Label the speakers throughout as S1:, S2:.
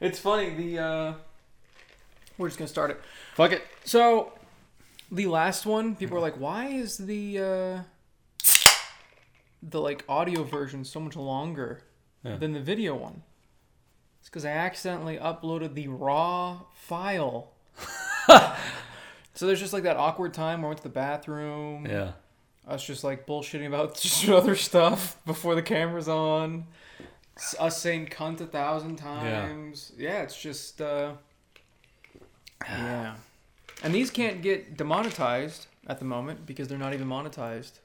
S1: It's funny. The uh, we're just gonna start it.
S2: Fuck it.
S1: So the last one, people were like, "Why is the uh, the like audio version so much longer
S2: Yeah.
S1: than the video one?" It's because I accidentally uploaded the raw file. so there's just like that awkward time where I went to the bathroom.
S2: Yeah.
S1: Us just like bullshitting about just other stuff before the camera's on. S- Us saying cunt a thousand times. Yeah, it's just uh Yeah. And these can't get demonetized at the moment because they're not even monetized.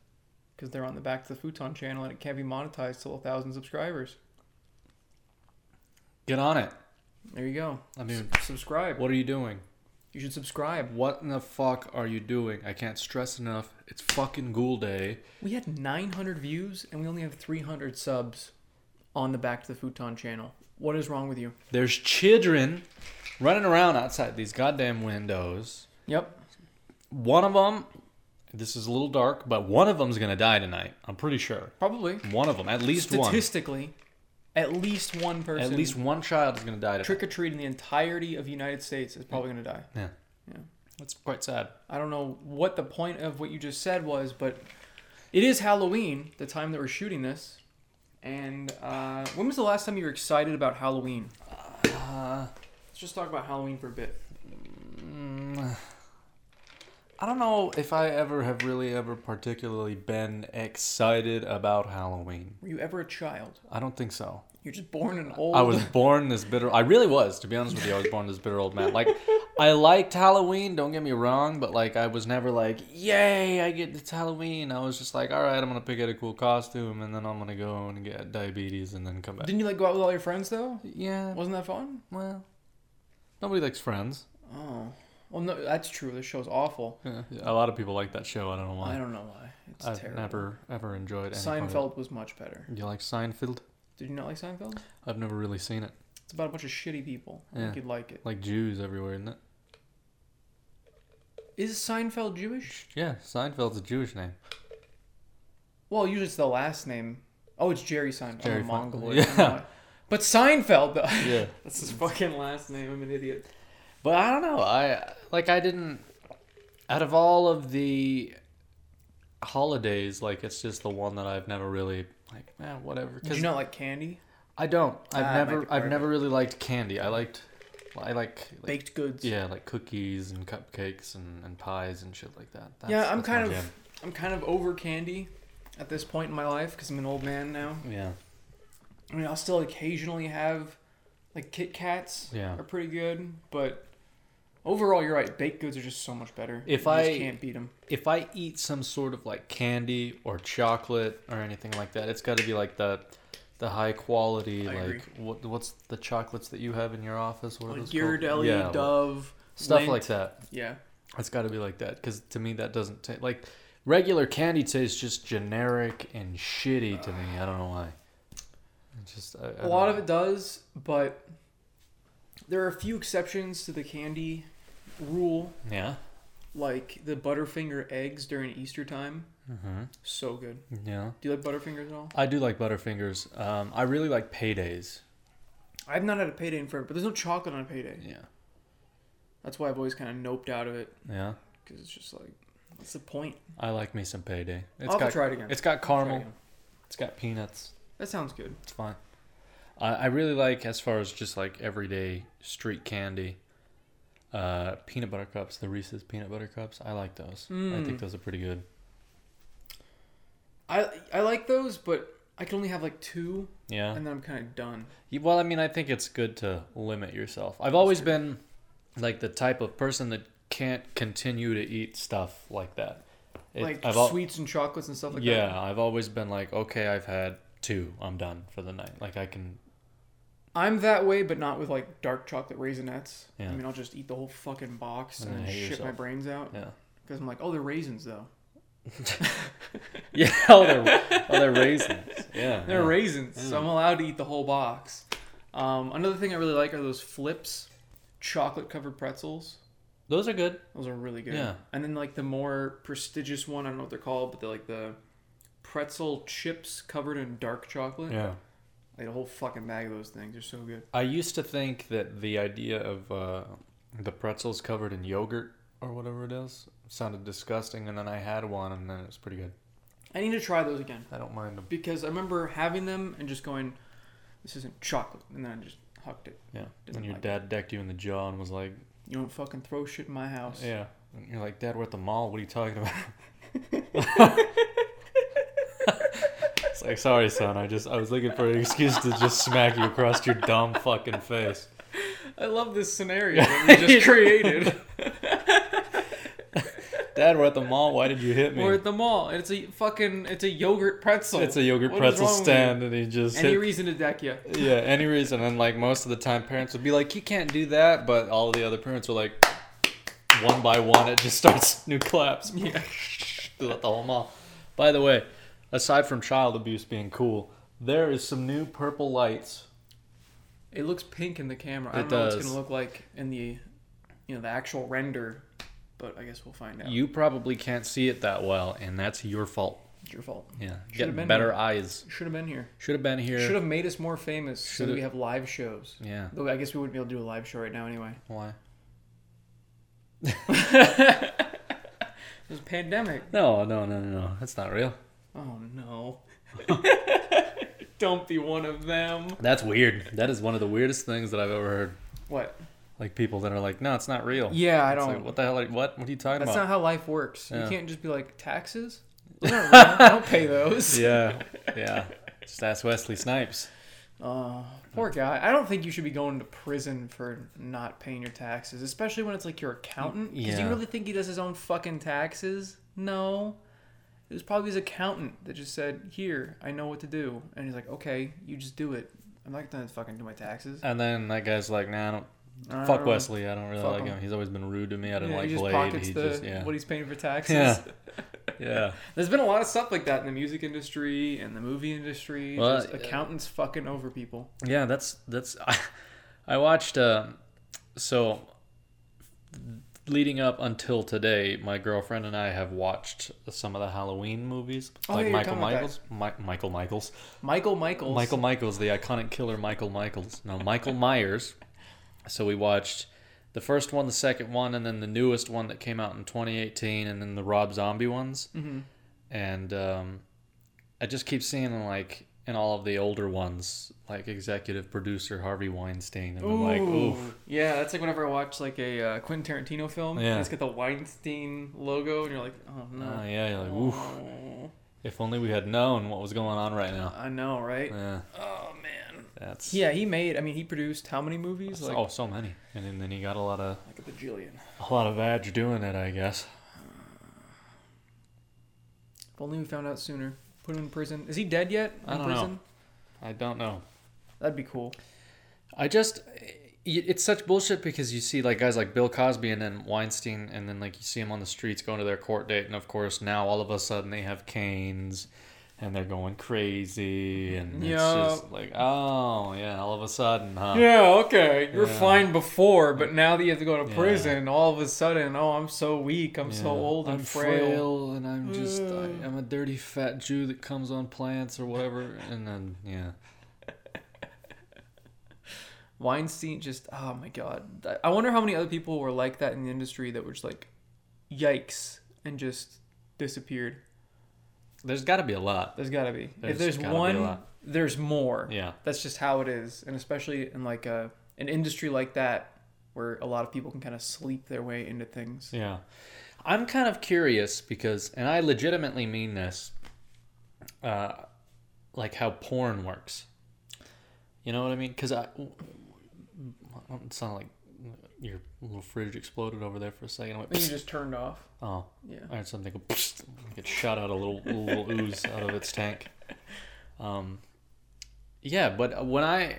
S1: Because they're on the Back to the Futon channel and it can't be monetized till a thousand subscribers.
S2: Get on it.
S1: There you go.
S2: I mean,
S1: S- subscribe.
S2: what are you doing?
S1: You should subscribe.
S2: What in the fuck are you doing? I can't stress enough. It's fucking ghoul day.
S1: We had 900 views and we only have 300 subs on the Back to the Futon channel. What is wrong with you?
S2: There's children running around outside these goddamn windows.
S1: Yep.
S2: One of them, this is a little dark, but one of them's gonna die tonight. I'm pretty sure.
S1: Probably.
S2: One of them, at least one.
S1: Statistically, at least one person.
S2: At least one child is gonna die tonight.
S1: trick or treat in the entirety of the United States is probably going to die.
S2: yeah.
S1: Yeah.
S2: That's quite sad.
S1: I don't know what the point of what you just said was, but it is Halloween, the time that we're shooting this. And uh, when was the last time you were excited about Halloween?
S2: Uh,
S1: Let's just talk about Halloween for a bit.
S2: I don't know if I ever have really ever particularly been excited about Halloween.
S1: Were you ever a child?
S2: I don't think so.
S1: You're just born an old.
S2: I was born this bitter. I really was, to be honest with you. I was born this bitter old man. Like, I liked Halloween. Don't get me wrong, but like, I was never like, "Yay, I get it's Halloween." I was just like, "All right, I'm gonna pick out a cool costume, and then I'm gonna go and get diabetes, and then come back."
S1: Didn't you like go out with all your friends though?
S2: yeah.
S1: Wasn't that fun?
S2: Well, nobody likes Friends.
S1: Oh, well, no, that's true. This show's awful.
S2: Yeah. A lot of people like that show. I don't know why.
S1: I don't know why. It's
S2: I've
S1: terrible.
S2: never ever enjoyed any part of it.
S1: Seinfeld was much better.
S2: You like Seinfeld?
S1: Did you not like Seinfeld?
S2: I've never really seen it.
S1: It's about a bunch of shitty people. I
S2: Yeah.
S1: think you'd like it.
S2: Like Jews everywhere, isn't it?
S1: Is Seinfeld Jewish?
S2: Yeah, Seinfeld's a Jewish name.
S1: Well, usually it's the last name. Oh, it's Jerry Seinfeld. Jerry
S2: Jerry Fe-
S1: Mongol.
S2: yeah.
S1: Yeah. But Seinfeld, though.
S2: Yeah.
S1: That's his fucking last name. I'm an idiot.
S2: But I don't know. I like I didn't out of all of the holidays, like it's just the one that I've never really like, man, whatever.
S1: Did
S2: Cuz
S1: you not like candy?
S2: I don't. I've
S1: Ah, it might be
S2: never
S1: part
S2: I've
S1: of
S2: never really liked candy. I liked I like, like
S1: Baked goods.
S2: yeah, like cookies and cupcakes and, and pies and shit like that. That's,
S1: yeah, I'm
S2: that's my
S1: kind of,
S2: jam.
S1: I'm kind of over candy at this point in my life because I'm an old man now.
S2: yeah.
S1: I mean, I'll still occasionally have, like Kit Kats.
S2: Yeah.
S1: Are pretty good, but overall, you're right. Baked goods are just so much better.
S2: If
S1: You just
S2: I-
S1: can't beat them.
S2: If I eat some sort of like candy or chocolate or anything like that, it's got to be like the the high quality
S1: I
S2: like
S1: agree.
S2: what what's the chocolates that you have in your office? What are
S1: Like
S2: those called?
S1: Ghirardelli,
S2: Yeah,
S1: Dove,
S2: stuff
S1: Lindt.
S2: like that.
S1: yeah.
S2: It's got to be like that because to me that doesn't taste like regular candy tastes just generic and shitty to me. I don't know why. It's just I, I
S1: A
S2: don't
S1: lot
S2: know.
S1: of it does, but there are a few exceptions to the candy rule,
S2: Yeah.
S1: like the Butterfinger eggs during Easter time.
S2: Mm-hmm.
S1: So good.
S2: Yeah.
S1: Do you like Butterfingers at all?
S2: I do like Butterfingers. Um, I really like paydays.
S1: I've not had a payday in forever, but there's no chocolate on a payday.
S2: Yeah.
S1: That's why I've always kind of noped out of it
S2: Yeah.
S1: because it's just like, what's the point?
S2: I like me some payday. It's
S1: I'll have to
S2: got
S1: try it again.
S2: it's
S1: Try
S2: got
S1: it
S2: caramel.
S1: again.
S2: It's got peanuts.
S1: That sounds good.
S2: It's fine. I, I really like as far as just like everyday street candy. Uh, peanut butter cups, the Reese's peanut butter cups. I like those. I think
S1: Mm.
S2: those are pretty good.
S1: I I like those, but I can only have like two,
S2: Yeah.
S1: and then I'm kind of done.
S2: You- Well, I mean, I think it's good to limit yourself. I've always been like the type of person that can't continue to eat stuff like that. It-
S1: like
S2: I've al-
S1: sweets and chocolates and stuff like
S2: yeah,
S1: that.
S2: I've always been like, okay, I've had two. I'm done for the night. Like I can.
S1: I'm that way, but not with like dark chocolate raisinets.
S2: Yeah.
S1: I mean, I'll just eat the whole fucking box
S2: And
S1: and,
S2: then
S1: then
S2: hate
S1: shit my
S2: yourself.
S1: brains out
S2: Yeah.
S1: because I'm like, oh, they're raisins though.
S2: Yeah. Oh, they're, oh, they're raisins. Yeah.
S1: They're
S2: yeah.
S1: raisins, so I'm allowed to eat the whole box. Um, another thing I really like are those flips, chocolate covered pretzels.
S2: Those are good.
S1: Those are really good.
S2: Yeah.
S1: And then like the more prestigious one, I don't know what they're called, but they're like the pretzel chips covered in dark chocolate.
S2: Yeah.
S1: I ate a whole fucking bag of those things. They're so good.
S2: I used to think that the idea of uh, the pretzels covered in yogurt or whatever it is sounded disgusting, and then I had one, and then it was pretty good.
S1: I need to try those again
S2: I don't mind them.
S1: because I remember having them and just going, "This isn't chocolate," and then I just hucked it.
S2: Yeah.
S1: Didn't
S2: and your
S1: like
S2: dad decked you in the jaw and was like,
S1: You don't fucking throw shit in my house.
S2: "Yeah." And you're like, "Dad, we're at the mall. What are you talking about?" it's like, "Sorry, son. I just I was looking for an excuse to just smack you across your dumb fucking face."
S1: I love this scenario that we just created.
S2: Dad, we're at the mall. Why did you hit me?
S1: We're at the mall, and it's a fucking it's a yogurt pretzel.
S2: it's a yogurt
S1: What is
S2: pretzel
S1: wrong with you?
S2: stand, and he just
S1: Any
S2: hit
S1: reason to deck you?
S2: Yeah, any reason. And like most of the time, parents would be like, "You can't do that," but all the other parents were like, one by one, it just starts new claps
S1: Yeah.
S2: throughout the whole mall. By the way, aside from child abuse being cool, there is some new purple lights.
S1: It looks pink in the camera. I
S2: It
S1: don't know what
S2: does.
S1: it's gonna look like in the, you know, the actual render, but I guess we'll find out.
S2: You probably can't see it that well, and that's your fault.
S1: It's your fault.
S2: Yeah,
S1: Should've
S2: get
S1: been
S2: better
S1: here.
S2: eyes.
S1: Should have been here.
S2: Should have been here.
S1: Should have made us more famous so that
S2: Should've-
S1: we have live shows.
S2: Yeah.
S1: Though I guess we wouldn't be able to do a live show right now anyway.
S2: Why?
S1: There's a pandemic.
S2: No, no, no, no, no. That's not real.
S1: Oh no. Don't be one of them.
S2: That's weird. That is one of the weirdest things that I've ever heard.
S1: What?
S2: Like people that are like, "No, it's not real."
S1: Yeah, I
S2: It's
S1: don't.
S2: like, what the hell? Like, what? What are you talking
S1: that's
S2: about?
S1: not how life works.
S2: Yeah.
S1: You can't just be like taxes. Those aren't real. I don't pay those.
S2: yeah, yeah. Just ask Wesley Snipes.
S1: Oh, poor guy. I don't think you should be going to prison for not paying your taxes, especially when it's like your accountant. Because
S2: Yeah.
S1: you really think he does his own fucking taxes? No. It was probably his accountant that just said, "Here, I know what to do," and he's like, "Okay, you just do it. I'm not gonna fucking do my taxes."
S2: And then that guy's like, "Nah, I don't."
S1: I
S2: Uh, fuck
S1: don't-
S2: Wesley. I don't really
S1: Fuck
S2: like him.
S1: him.
S2: He's always been rude to me. I
S1: Yeah,
S2: didn't like
S1: he just
S2: Blade.
S1: pockets
S2: He
S1: the,
S2: just yeah,
S1: what he's paying for taxes.
S2: Yeah. yeah.
S1: There's been a lot of stuff like that in the music industry and the movie industry.
S2: Well,
S1: just
S2: uh,
S1: accountants fucking over people.
S2: Yeah, that's that's. I, I watched. Uh, so, leading up until today, my girlfriend and I have watched some of the Halloween movies,
S1: Oh,
S2: like
S1: yeah, you were
S2: Michael
S1: talking about that.
S2: Michaels, Mi- Michael Michaels,
S1: Michael Michaels.
S2: Michael Michaels, the iconic killer Michael Michaels. No, Michael Myers. So we watched the first one, the second one, and then the newest one that came out in 2018, and then the Rob Zombie ones.
S1: Mhm.
S2: And um, I just keep seeing like in all of the older ones, like executive producer Harvey Weinstein, and I'm like, oof.
S1: Yeah, that's like whenever I watch like a uh, Quentin Tarantino film.
S2: Yeah.
S1: And it's got the Weinstein logo, and you're like, oh no.
S2: Oh, yeah, you're like, oof. Uh,
S1: Oh,
S2: If only we had known what was going on right now.
S1: I know, right?
S2: Yeah,
S1: Oh man.
S2: that's
S1: Yeah, he made. I mean, he produced how many movies? Like,
S2: oh so many, and then, then he got a lot of
S1: like a bajillion.
S2: a lot of ads doing it, I guess.
S1: If only we found out sooner. Put him in prison. Is he dead yet? In
S2: I don't know.
S1: prison?
S2: I don't know.
S1: That'd be cool.
S2: I just y- it's such bullshit because you see like guys like Bill Cosby and then Weinstein and then like you see them on the streets going to their court date and of course now all of a sudden they have canes and they're going crazy and
S1: Yeah.
S2: it's just like oh yeah all of a sudden huh
S1: Yeah, okay. You were
S2: Oh. Yeah.
S1: fine before, but now that you have to go to
S2: Yeah.
S1: prison, all of a sudden, oh, I'm so weak. I'm
S2: Yeah.
S1: so old and
S2: I'm
S1: frail.
S2: and I'm just I,
S1: Ugh.
S2: I'm a dirty fat Jew that comes on plants or whatever and then yeah
S1: Weinstein just, oh my God. I- I wonder how many other people were like that in the industry that were just like, yikes, and just disappeared.
S2: there's got to be a lot
S1: There's got to be.
S2: There's
S1: if there's
S2: gotta be a
S1: one,
S2: lot.
S1: there's more.
S2: yeah
S1: That's just how it is. And especially in like a, an industry like that where a lot of people can kind of sleep their way into things.
S2: Yeah. I'm kind of curious because, and I legitimately mean this, uh, like how porn works. You know what I mean? Because I, it sounded like your little fridge exploded over there for a second. I went,
S1: And you just turned off.
S2: oh,
S1: Yeah.
S2: I heard something go, psst, like it shot out a little, little ooze out of its tank. Um, yeah, but when I,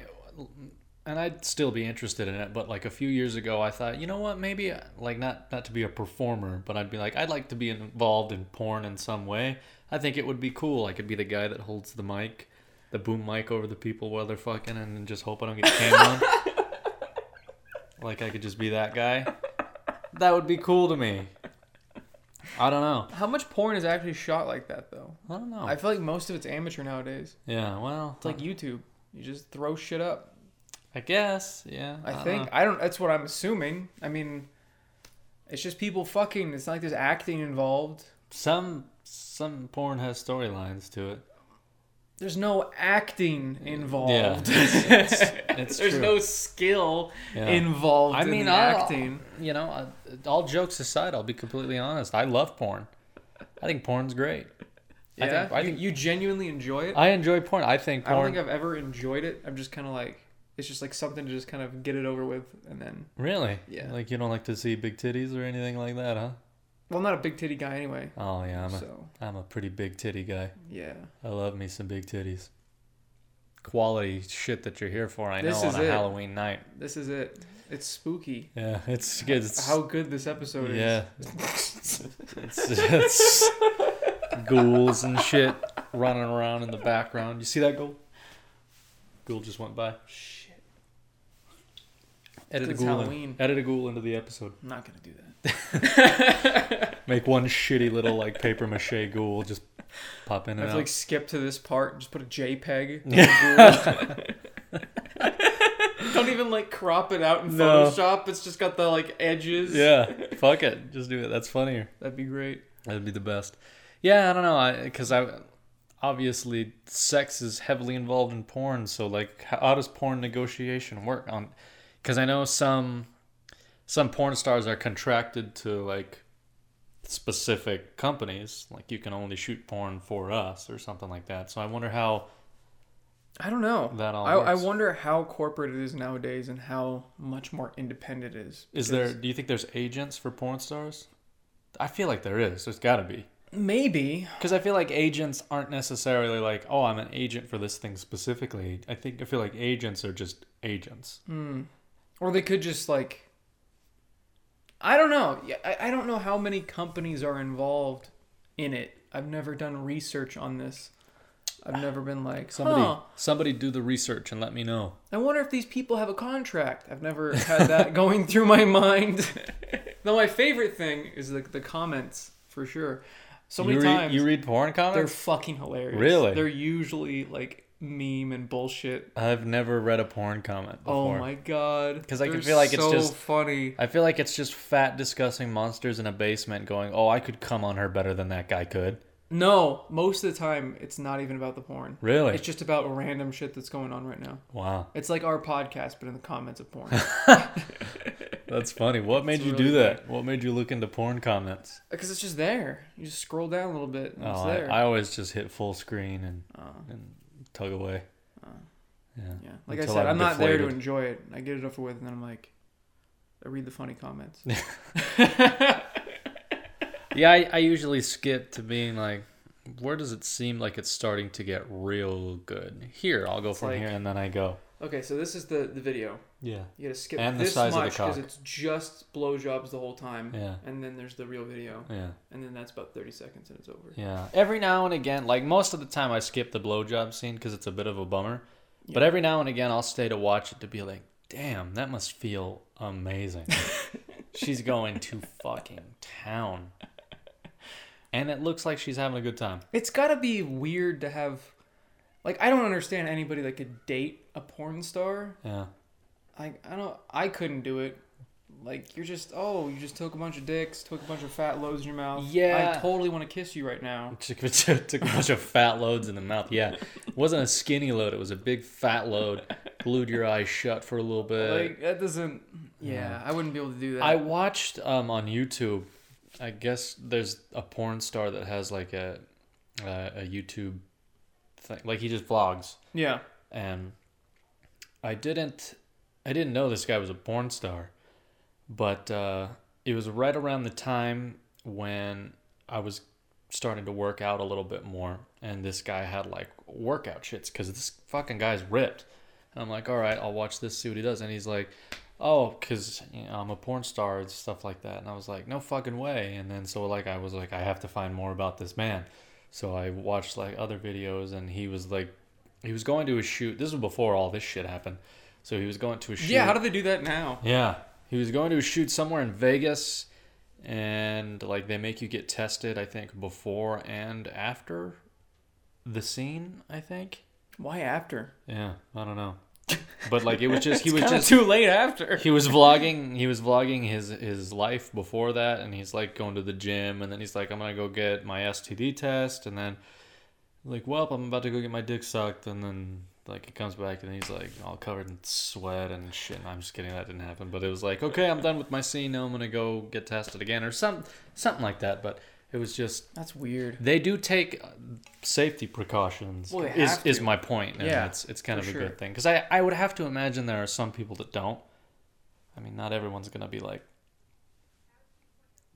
S2: and I'd still be interested in it, but like a few years ago, I thought, you know what, maybe like not not to be a performer, but I'd be like, I'd like to be involved in porn in some way. I think it would be cool. I could be the guy that holds the mic, the boom mic over the people while they're fucking, and then just hope I don't get cam on. like I could just be that guy. That would be cool to me. I don't know.
S1: How much porn is actually shot like that though?
S2: I don't know.
S1: I feel like most of it's amateur nowadays.
S2: yeah, well,
S1: It's like YouTube. You just throw shit up.
S2: I guess. Yeah.
S1: I
S2: don't
S1: think
S2: know.
S1: I don't. That's what I'm assuming. I mean, it's just people fucking. It's not like there's acting involved.
S2: some some porn has storylines to it.
S1: There's no acting involved.
S2: it's- it's
S1: there's
S2: true.
S1: no skill
S2: Yeah.
S1: involved.
S2: I
S1: in
S2: mean,
S1: the
S2: I'll-
S1: acting.
S2: You know, I, all jokes aside, I'll be completely honest. I love porn. I think porn's great.
S1: Yeah,
S2: I think, I,
S1: you,
S2: think
S1: you genuinely enjoy it. I,
S2: I enjoy porn. I think
S1: don't
S2: porn.
S1: think I've ever enjoyed it. I'm just kind of like, it's just like something to just kind of get it over with, and then.
S2: really?
S1: Yeah.
S2: Like you don't like to see big titties or anything like that, huh?
S1: Well, I'm not a big titty guy anyway.
S2: Oh yeah, I'm a
S1: so
S2: am a pretty big titty guy.
S1: yeah,
S2: I love me some big titties. Quality shit that you're here for. I know
S1: This
S2: on
S1: is
S2: a
S1: it.
S2: Halloween night.
S1: this is it. It's spooky.
S2: Yeah, it's good. It's,
S1: How good this episode is.
S2: yeah, it's, it's ghouls and shit running around in the background. You see that ghoul? Ghoul just went by.
S1: Shit.
S2: Edit a
S1: It's
S2: ghoul. in-
S1: Halloween.
S2: edit a ghoul into the episode.
S1: I'm not gonna do that.
S2: Make one shitty little like paper mache ghoul just pop in
S1: I
S2: and
S1: have
S2: out.
S1: to like skip to this part and just put a JPEG. Don't even like crop it out in
S2: No.
S1: Photoshop. It's just got the like edges.
S2: yeah, fuck it. Just do it. That's funnier.
S1: That'd be great.
S2: That'd be the best. Yeah, I don't know, because I, obviously sex is heavily involved in porn. So like, how, how does porn negotiation work on? Because I know some some porn stars are contracted to like specific companies, like you can only shoot porn for us or something like that. So I wonder how
S1: I don't know.
S2: That all
S1: I, I
S2: works.
S1: wonder how corporate it is nowadays and how much more independent it is. Because
S2: is there? Do you think there's agents for porn stars? I feel like there is. There's got to be.
S1: maybe
S2: Because I feel like agents aren't necessarily like, oh, I'm an agent for this thing specifically. I think I feel like agents are just agents.
S1: or they could just like I don't know. Yeah, I, I don't know how many companies are involved in it. I've never done research on this. I've never been like
S2: Somebody,
S1: huh.
S2: somebody do the research and let me know.
S1: I wonder if these people have a contract. I've never had that going through my mind. Though my favorite thing is the, the comments for sure. So many
S2: you, read,
S1: times
S2: you read porn
S1: they're
S2: comments?
S1: fucking hilarious.
S2: Really?
S1: They're usually like meme and bullshit.
S2: I've never read a porn comment
S1: Oh
S2: before.
S1: my god.
S2: 'Cause I can
S1: They're
S2: feel like it's
S1: so
S2: just-
S1: funny.
S2: I feel like it's just fat discussing monsters in a basement going, oh, I could come on her better than that guy could.
S1: No, most of the time it's not even about the porn.
S2: Really?
S1: It's just about random shit that's going on right now.
S2: wow.
S1: It's like our podcast, but in the comments of porn.
S2: That's funny. What made
S1: It's
S2: you do
S1: really
S2: that? What made you look into porn comments?
S1: Because it's just there. You just scroll down a little bit and it's
S2: Oh, I,
S1: there.
S2: I always just hit full screen and,
S1: Oh.
S2: and tug away. yeah.
S1: Yeah. Like
S2: Until
S1: I said,
S2: I'm
S1: I'm, not there to
S2: deflated.
S1: enjoy it. I get it over with, and then I'm like, I read the funny comments.
S2: Yeah, I, I usually skip to being like, where does it seem like it's starting to get real good? Here, I'll go from
S1: like-
S2: here and then I go.
S1: okay, so this is the, the video.
S2: Yeah.
S1: You gotta skip
S2: And the
S1: this
S2: size of the
S1: much because
S2: cock.
S1: it's just blowjobs the whole time.
S2: Yeah.
S1: And then there's the real video,
S2: Yeah.
S1: and then that's about 30 seconds and it's over.
S2: Yeah. Every now and again, like most of the time, I skip the blowjob scene because it's a bit of a bummer. But every now and again, I'll stay to watch it to be like, damn, that must feel amazing. she's going to fucking town. And it looks like she's having a good time.
S1: It's gotta be weird to have. Like, I don't understand anybody that could date a porn star.
S2: Yeah.
S1: Like, I don't. I couldn't do it. Like, you're just, oh, you just took a bunch of dicks, took a bunch of fat loads in your mouth.
S2: Yeah.
S1: I totally wanna kiss you right now.
S2: Took, took a bunch of fat loads in the mouth. Yeah, it wasn't a skinny load. It was a big fat load. Glued your eyes shut for a little bit.
S1: like that doesn't yeah i wouldn't be able to do that
S2: I watched um, on YouTube. I guess there's a porn star that has like a uh, a YouTube thing. Like he just vlogs,
S1: yeah
S2: and I didn't I didn't know this guy was a porn star, but uh, it was right around the time when I was starting to work out a little bit more, and this guy had like workout shits because this fucking guy's ripped, and I'm like, all right, I'll watch this, see what he does, and he's like. Oh, cause you know, I'm a porn star and stuff like that, and I was like, no fucking way. And then so like I was like, I have to find more about this man, so I watched like other videos, and he was like, he was going to a shoot. This was before all this shit happened, so he was going to a shoot.
S1: yeah how do they do that now
S2: Yeah. He was going to a shoot somewhere in Vegas and like they make you get tested I think before and after the scene, I think.
S1: Why after?
S2: Yeah, I don't know. But like it was just he was
S1: Kinda
S2: just
S1: too late after.
S2: he was vlogging he was vlogging his his life before that and he's like going to the gym and then he's like I'm gonna go get my STD test and then like well I'm about to go get my dick sucked and then like he comes back and he's like all covered in sweat and shit and I'm just kidding that didn't happen but it was like okay I'm done with my scene now I'm gonna go get tested again or some something like that but it was just
S1: That's weird.
S2: they do take uh, safety precautions.
S1: Well, they
S2: is
S1: have
S2: is
S1: to.
S2: my point, and
S1: Yeah,
S2: it's it's kind of
S1: for
S2: a
S1: sure.
S2: good thing because I I would have to imagine there are some people that don't. I mean, not everyone's gonna be like,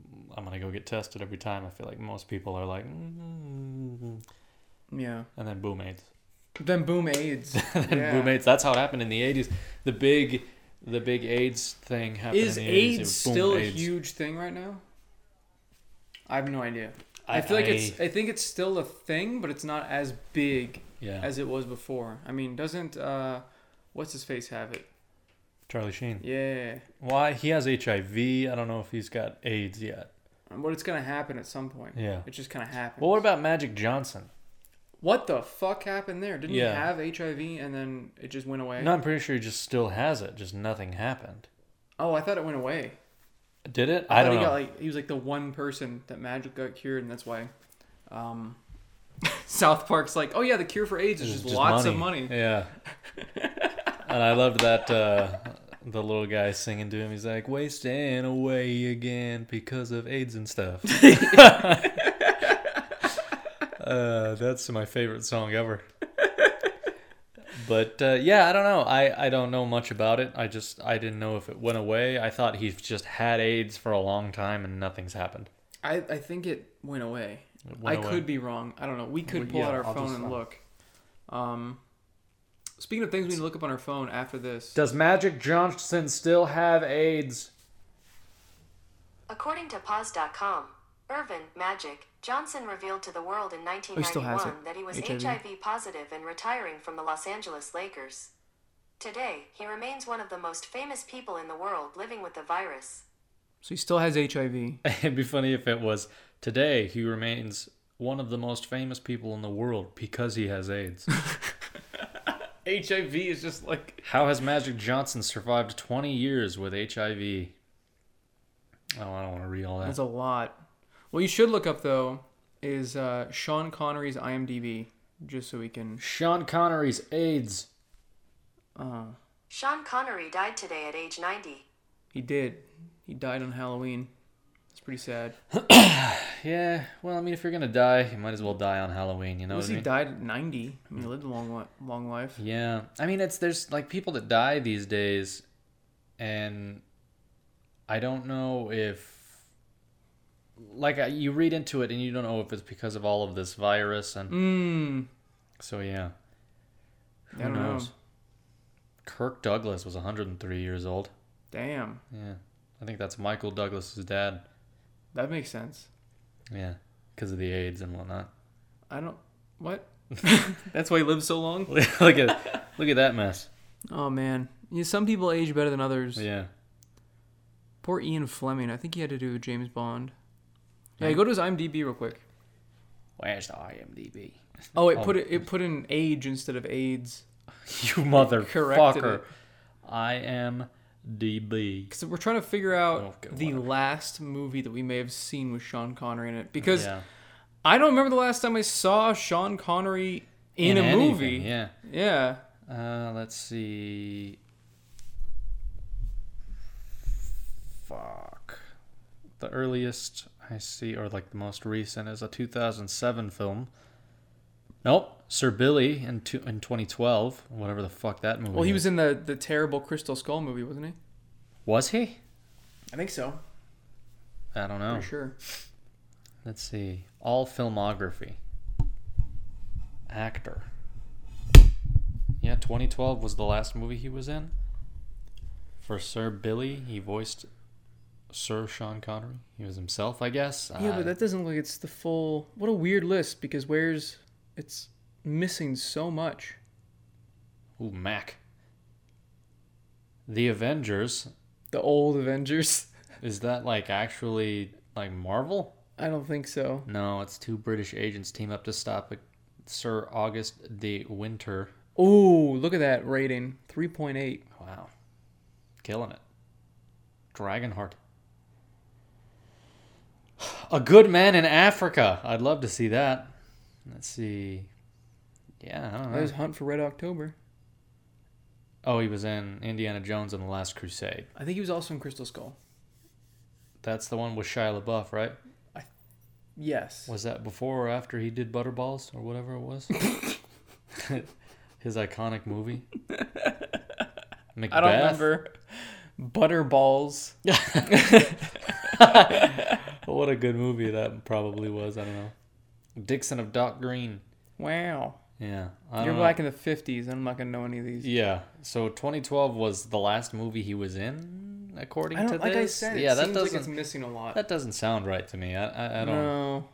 S2: "Mm, I'm gonna go get tested every time. I feel like most people are like, mm
S1: Yeah.
S2: and then boom aids,
S1: Then boom AIDS.
S2: and then
S1: Yeah.
S2: boom aids. That's how it happened in the '80s. The big, the big AIDS thing happened.
S1: Is
S2: in the 80s. It
S1: AIDS
S2: was boom,
S1: still
S2: AIDS.
S1: a huge thing right now? I have no idea. I, feel like it's. I think it's still a thing, but it's not as big
S2: yeah.
S1: as it was before. I mean, doesn't uh, what's his face have it?
S2: Charlie Sheen.
S1: Yeah.
S2: Why he has HIV? I don't know if he's got AIDS yet.
S1: But it's gonna happen at some point.
S2: Yeah.
S1: It just kind of happened.
S2: Well, what about Magic Johnson?
S1: what the fuck happened there? Didn't
S2: Yeah.
S1: he have HIV and then it just went away?
S2: No, I'm pretty sure he just still has it. Just nothing happened.
S1: Oh, I thought it went away.
S2: Did it?
S1: thought
S2: I, don't
S1: he
S2: know.
S1: Got, like, he was like the one person that magic got cured, and that's why um, South Park's like, oh yeah, the cure for AIDS is
S2: It's
S1: just, lots of money.
S2: Yeah. and I loved that uh, the little guy singing to him. He's like, "Wasting away again because of AIDS and stuff." uh, that's my favorite song ever. But uh, yeah, I don't know. I, I don't know much about it. I just I didn't know if it went away. I thought he's just had AIDS for a long time and nothing's happened.
S1: I, I think it went away.
S2: It went
S1: I
S2: away.
S1: could be wrong. I don't know. We
S2: Well,
S1: could pull
S2: yeah,
S1: out our
S2: I'll
S1: phone
S2: just
S1: and
S2: look.
S1: look. Um, speaking of things we need to look up on our phone after this,
S2: Does Magic Johnson still have AIDS?
S3: According to Pause.com, Irvin Magic Johnson revealed to the world in
S1: Oh, he still has
S3: 1991
S1: it.
S3: that he was
S1: HIV.
S3: HIV. positive and retiring from the Los Angeles Lakers. Today, he remains one of the most famous people in the world living with the virus.
S1: so he still has HIV.
S2: It'd be funny if it was today he remains one of the most famous people in the world because he has AIDS.
S1: HIV is just like
S2: How has Magic Johnson survived 20 years with HIV? Oh, I don't want to read all that.
S1: that's a lot. What you should look up though is uh, Sean Connery's IMDb, just so we can.
S2: Sean Connery's AIDS.
S1: Uh,
S3: Sean Connery died today at age 90.
S1: He did. He died on Halloween. It's pretty sad.
S2: Yeah, well, I mean, if you're gonna die, you might as well die on Halloween. You know
S1: At
S2: what
S1: least
S2: I
S1: he died
S2: mean?
S1: at 90. I mean, he lived a long, li- long life.
S2: Yeah, I mean it's there's like people that die these days, and I don't know if like I- you read into it and you don't know if it's because of all of this virus and
S1: Mmm.
S2: so yeah.
S1: I don't know.
S2: Kirk Douglas was 103 years old.
S1: Damn.
S2: Yeah, I think that's Michael Douglas's dad.
S1: That makes sense.
S2: Yeah, because of the AIDS and whatnot.
S1: I don't. What? That's why he lived so long?
S2: look at look at that mess.
S1: Oh, man. You know, some people age better than others.
S2: Yeah,
S1: Poor Ian Fleming. I think he had to do James Bond. Yeah, go to his IMDb real quick.
S2: where's the IMDb?
S1: Oh, it put it, it put in age instead of AIDS.
S2: You motherfucker.
S1: it.
S2: I am DB.
S1: Because we're trying to figure out
S2: Okay,
S1: the
S2: whatever.
S1: last movie that we may have seen with Sean Connery in it. Because
S2: Yeah.
S1: I don't remember the last time I saw Sean Connery in, a
S2: anything,
S1: movie.
S2: Yeah.
S1: Yeah.
S2: Uh, let's see. Fuck. The earliest I see, or like the most recent, is a 2007 film. Nope. Sir Billy in, two, in 2012. Whatever the fuck that movie
S1: Well, he
S2: is.
S1: was in the the terrible Crystal Skull movie, wasn't he?
S2: Was he?
S1: I think so.
S2: I don't know.
S1: For sure.
S2: Let's see. All filmography. Actor. Yeah, 2012 was the last movie he was in. For Sir Billy, he voiced Sir Sean Connery. He was himself, I guess.
S1: Yeah,
S2: Uh,
S1: but that doesn't look like it's the full. What a weird list because where's it's missing so much.
S2: Ooh, Mac. The Avengers.
S1: The old Avengers.
S2: Is that like actually like Marvel?
S1: I don't think so.
S2: No, it's two British agents team up to stop a Sir August de Winter
S1: Oh, look at that rating. 3.8.
S2: Wow. Killing it. Dragonheart. A good man in Africa. I'd love to see that. Let's see. Yeah, I don't know.
S1: There's Hunt for Red October.
S2: Oh, he was in Indiana Jones and the Last Crusade.
S1: I think he was also in Crystal Skull.
S2: That's the one with Shia LaBeouf, right?
S1: Yes.
S2: Was that before or after he did Butterballs or whatever it was? His iconic movie. Macbeth.
S1: I don't remember. Butterballs.
S2: what a good movie that probably was. I don't know. Dixon of Dock Green.
S1: Wow.
S2: Yeah. I
S1: You're
S2: don't know.
S1: back in the 50s. I'm not going to know any of these.
S2: Yeah. So 2012 was the last movie he was in, according
S1: I
S2: to
S1: don't,
S2: this.
S1: like I said, it
S2: yeah, that
S1: seems like it's
S2: doesn't
S1: missing a lot.
S2: that doesn't sound right to me. I I, I don't.
S1: No.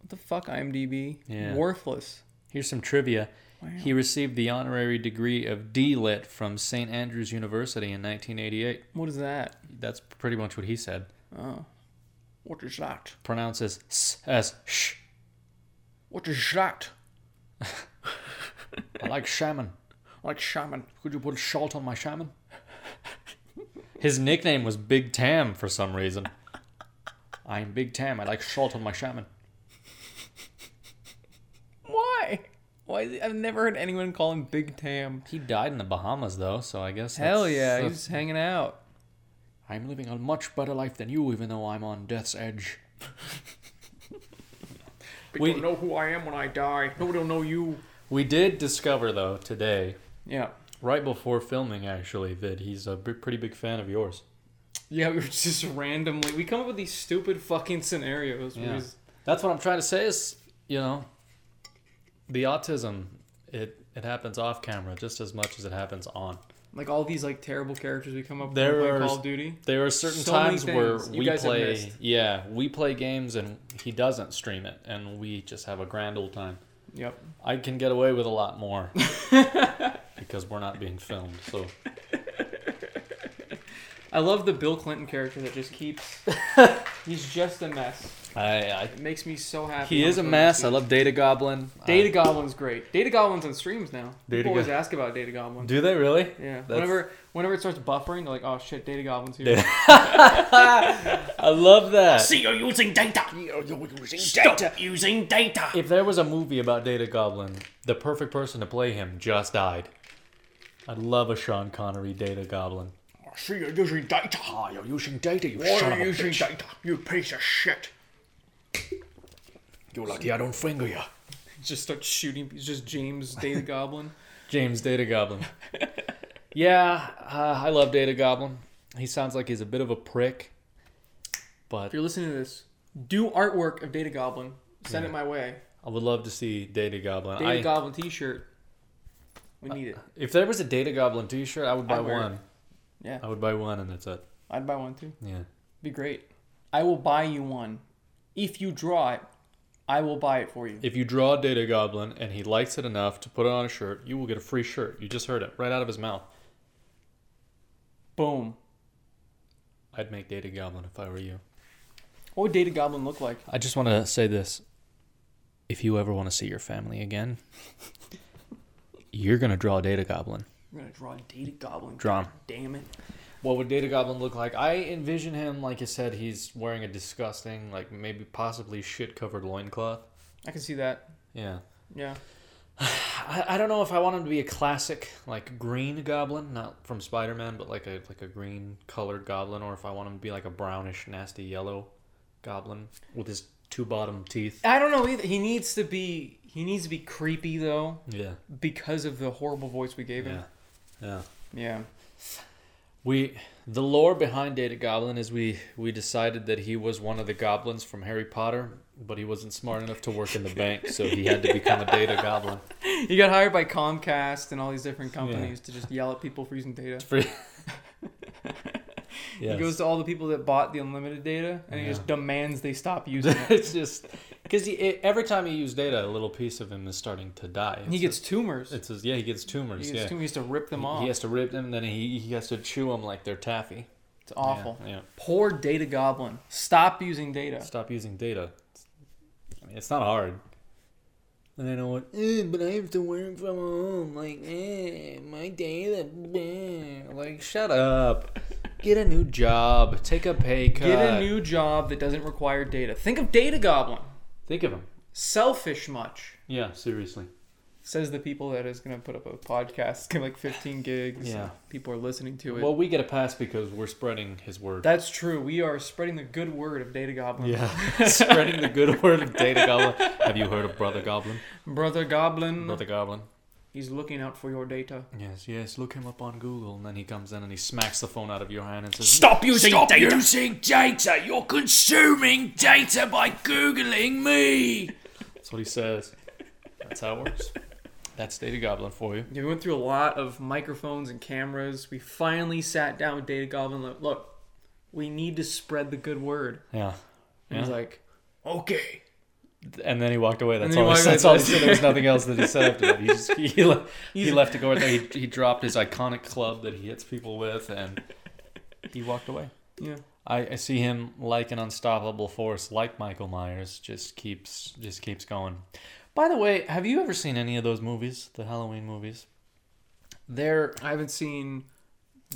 S1: What the fuck, IMDb?
S2: Yeah.
S1: Worthless.
S2: Here's some trivia. He received the honorary degree of D Lit from St. Andrews University in 1988.
S1: What is that?
S2: That's pretty much what he said.
S1: Oh. What is that?
S2: Pronounces s as sh.
S1: What is that?
S2: I like shaman.
S1: Like shaman.
S2: Could you put salt on my shaman? His nickname was Big Tam for some reason. I'm Big Tam. I like salt on my shaman.
S1: Why? Why? Is he, I've never heard anyone call him Big Tam.
S2: He died in the Bahamas though, so I guess.
S1: Hell
S2: that's-
S1: yeah,
S2: that's-
S1: he's hanging out.
S2: I'm living a much better life than you, even though I'm on death's edge.
S1: People
S2: We-
S1: know who I am when I die. Nobody will know you.
S2: We did discover though today,
S1: Yeah.
S2: right before filming actually, that he's a b- pretty big fan of yours.
S1: Yeah, we were just randomly. We come up with these stupid fucking scenarios. where
S2: Yeah.
S1: he's-
S2: That's what I'm trying to say is, you know, the autism, it it happens off camera just as much as it happens on.
S1: Like all these like terrible characters we come up with
S2: There
S1: when we
S2: are-
S1: play Call of Duty.
S2: There are certain
S1: So many
S2: times where
S1: things you
S2: we
S1: guys have
S2: play,
S1: missed.
S2: yeah, we play games and he doesn't stream it, and we just have a grand old time.
S1: Yep.
S2: I can get away with a lot more because we're not being filmed. So
S1: I love the Bill Clinton character that just keeps. he's just a mess.
S2: I, I
S1: It makes me so happy.
S2: he
S1: when
S2: is a
S1: I
S2: mess.
S1: see
S2: I
S1: him.
S2: love Data Goblin.
S1: Data
S2: I-
S1: Goblin's great. Data Goblin's on streams now.
S2: Data
S1: People always
S2: Go-
S1: ask about Data Goblin.
S2: Do they really?
S1: yeah.
S2: That's-
S1: Whenever whenever it starts buffering, they're like, oh shit, Data Goblin's here.
S2: Data- I love that.
S4: See, you're using data. You're using Stop data. using data.
S2: If there was a movie about Data Goblin, the perfect person to play him just died. I'd love a Sean Connery Data Goblin.
S4: See, you're Ah, using data. Ah, you're using data, you Why
S2: son
S4: are
S2: of
S4: you
S2: a
S4: using data? You piece of shit. You're lucky I don't finger you.
S1: just starts shooting. He's just James Data Goblin.
S2: James Data Goblin. yeah, uh, I love Data Goblin. He sounds like he's a bit of a prick, but
S1: If you're listening to this, do artwork of Data Goblin. Send it my way.
S2: I would love to see Data Goblin.
S1: Data
S2: I- Uh,
S1: Goblin T-shirt. We need it.
S2: if there was a Data Goblin T-shirt, I would buy
S1: I'd wear it.
S2: one.
S1: Yeah.
S2: I would buy one, and that's it.
S1: I'd buy one too.
S2: Yeah.
S1: Be great. I will buy you one. If you draw it, I will buy it for you.
S2: If you draw Data Goblin and he likes it enough to put it on a shirt, you will get a free shirt. You just heard it right out of his mouth.
S1: Boom.
S2: I'd make Data Goblin if I were you.
S1: What would Data Goblin look like?
S2: I just want to say this. If you ever want to see your family again, you're going to draw Data Goblin.
S1: We're gonna draw Data Goblin.
S2: Draw him.
S1: Damn it.
S2: What would Data Goblin look like? I envision him, like I said, he's wearing a disgusting, like maybe possibly shit covered loincloth.
S1: I can see that.
S2: Yeah.
S1: Yeah.
S2: I, I don't know if I want him to be a classic, like green goblin, not from Spider Man, but like a like a green colored goblin, or if I want him to be like a brownish, nasty yellow goblin with his two bottom teeth.
S1: I don't know either. He needs to be. He needs to be creepy though,
S2: Yeah.
S1: because of the horrible voice we gave him.
S2: Yeah. Yeah.
S1: Yeah.
S2: We the lore behind Data Goblin is we we decided that he was one of the goblins from Harry Potter, but he wasn't smart enough to work in the bank, so he had to become a data goblin.
S1: He got hired by Comcast and all these different companies to just yell at people for using data.
S2: For,
S1: He goes to all the people that bought the unlimited data and he
S2: Yeah.
S1: just demands they stop using it.
S2: it's just because every time he used data, a little piece of him is starting to die. It's
S1: he gets tumors.
S2: just- it's just, yeah, he gets tumors.
S1: He
S2: yeah,
S1: gets tumors. He has to rip them off.
S2: he has to rip them, then he he has to chew them like they're taffy.
S1: It's awful.
S2: Yeah, yeah.
S1: Poor data goblin. Stop using data.
S2: Stop using data. I mean, it's not hard. And I know what, eh, but I have to work from home. Like, eh, my day, that, eh. like, shut up. Get a new job. Take a pay cut.
S1: Get a new job that doesn't require data. Think of Data Goblin.
S2: Think of him.
S1: Selfish much.
S2: Yeah, seriously.
S1: Says the people that is going to put up a podcast, get like 15 gigs.
S2: Yeah.
S1: People are listening to it.
S2: Well, we get a pass because we're spreading his word.
S1: That's true. We are spreading the good word of Data Goblin.
S2: yeah, spreading the good word of Data Goblin. Have you heard of Brother Goblin?
S1: Brother Goblin,
S2: Brother Goblin.
S1: he's looking out for your data.
S2: Yes, yes. Look him up on Google, and then he comes in and he smacks the phone out of your hand and says,
S4: Stop using
S2: Stop
S4: data.
S2: using data. You're consuming data by googling me." That's what he says. That's how it works. That's Data Goblin for you.
S1: Yeah, we went through a lot of microphones and cameras. We finally sat down with Data Goblin. Like, Look, we need to spread the good word.
S2: Yeah.
S1: And he's like,
S4: Okay.
S2: And then he walked away. That's
S1: then he
S2: all. He,
S1: walked
S2: that's
S1: away.
S2: all he said. There was nothing else that he said after that. He just he, le- he left to go right there. He, he dropped his iconic club that he hits people with, and he walked away.
S1: yeah.
S2: I, I see him like an unstoppable force, like Michael Myers. Just keeps just keeps going. By the way, have you ever seen any of those movies, the Halloween movies? They're
S1: I haven't seen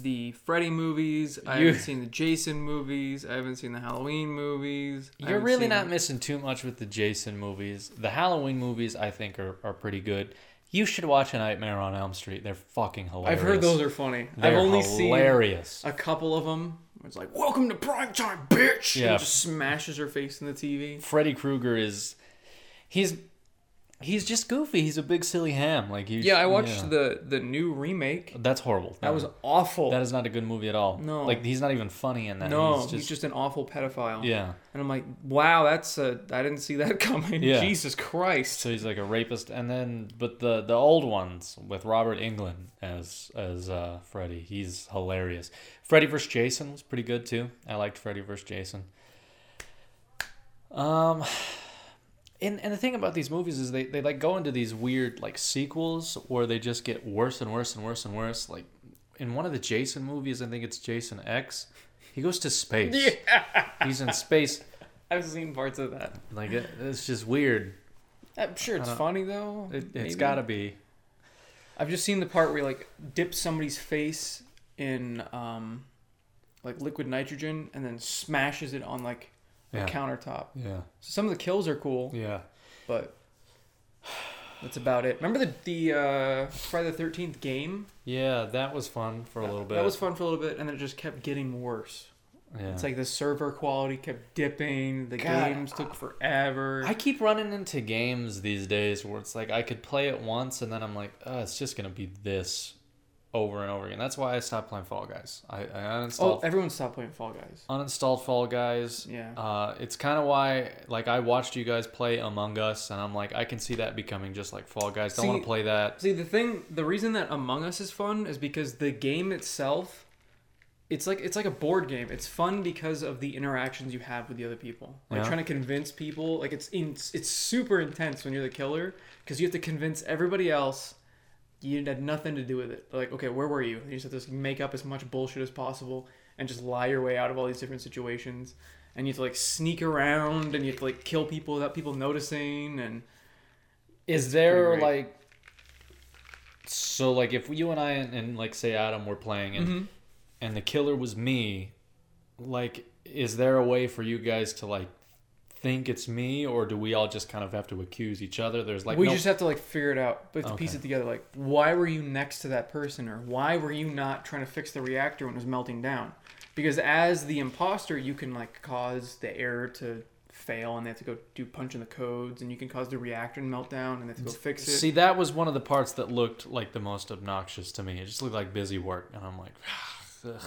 S1: the Freddy movies. I
S2: You-
S1: haven't seen the Jason movies. I haven't seen the Halloween movies. I
S2: You're
S1: haven't
S2: really
S1: seen-
S2: not missing too much with the Jason movies. The Halloween movies, I think, are, are pretty good. You should watch A Nightmare on Elm Street. They're fucking hilarious.
S1: I've heard those are funny.
S2: They're
S1: I've only
S2: hilarious.
S1: seen a couple of them. It's like, welcome to prime time, bitch. Yeah.
S2: Yeah.
S1: And just smashes her face in the TV.
S2: Freddy Krueger is, he's, he's just goofy. He's a big silly ham. Like he's,
S1: Yeah, I watched
S2: yeah.
S1: the the new remake.
S2: That's horrible.
S1: That was awful.
S2: That is not a good movie at all.
S1: No.
S2: Like he's not even funny in that.
S1: no,
S2: he's just,
S1: an awful pedophile.
S2: yeah.
S1: And I'm like, wow, that's a. I didn't see that coming.
S2: Yeah.
S1: Jesus Christ.
S2: So he's like a rapist, and then but the the old ones with Robert England as as uh, Freddy, he's hilarious. Freddy vs Jason was pretty good too. I liked Freddy vs Jason. Um, and and the thing about these movies is they they like go into these weird like sequels where they just get worse and worse and worse and worse. Like in one of the Jason movies, I think it's Jason X. He goes to space. Yeah. He's in space.
S1: I've seen parts of that.
S2: Like it, it's just weird.
S1: I'm sure it's funny though.
S2: It,
S1: Maybe.
S2: it's gotta be.
S1: I've just seen the part where he, like dips somebody's face in um, like liquid nitrogen and then smashes it on like a
S2: Yeah.
S1: countertop.
S2: Yeah.
S1: So some of the kills are cool,
S2: Yeah.
S1: but that's about it. Remember the the uh, Friday the Thirteenth game?
S2: Yeah, that was fun for a little bit.
S1: That was fun for a little bit, and then it just kept getting worse.
S2: Yeah.
S1: It's like the server quality kept dipping. The
S2: God,
S1: games took forever.
S2: I keep running into games these days where it's like I could play it once and then I'm like, oh, it's just gonna be this over and over again. That's why I stopped playing Fall Guys. I, I
S1: oh,
S2: uninstalled
S1: everyone stopped playing Fall Guys.
S2: uninstalled Fall Guys.
S1: Yeah.
S2: Uh, it's kind of why like I watched you guys play Among Us and I'm like, I can see that becoming just like Fall Guys. Don't want
S1: See-
S2: to play that.
S1: See, the thing, the reason that Among Us is fun is because the game itself, it's like it's like a board game. It's fun because of the interactions you have with the other people. Like
S2: Yeah.
S1: trying to convince people, like it's in, it's super intense when you're the killer because you have to convince everybody else you had nothing to do with it. Like, okay, where were you? You just have to make up as much bullshit as possible and just lie your way out of all these different situations. And you have to like sneak around and you have to like kill people without people noticing and
S2: Is there
S1: pretty great.
S2: like so like if you and I and, and, like say Adam were playing and
S1: Mm-hmm.
S2: and the killer was me, like is there a way for you guys to like think it's me or do we all just kind of have to accuse each other? There's like
S1: we
S2: no-
S1: just have to like figure it out, but to piece it together, like why were you next to that person, or why were you not trying to fix the reactor when it was melting down? Because as the imposter, you can like cause the error to fail, and they have to go do punch in the codes, and you can cause the reactor to melt down, and they have to go fix it.
S2: See that was one of the parts that looked like the most obnoxious to me. It just looked like busy work and I'm like ugh.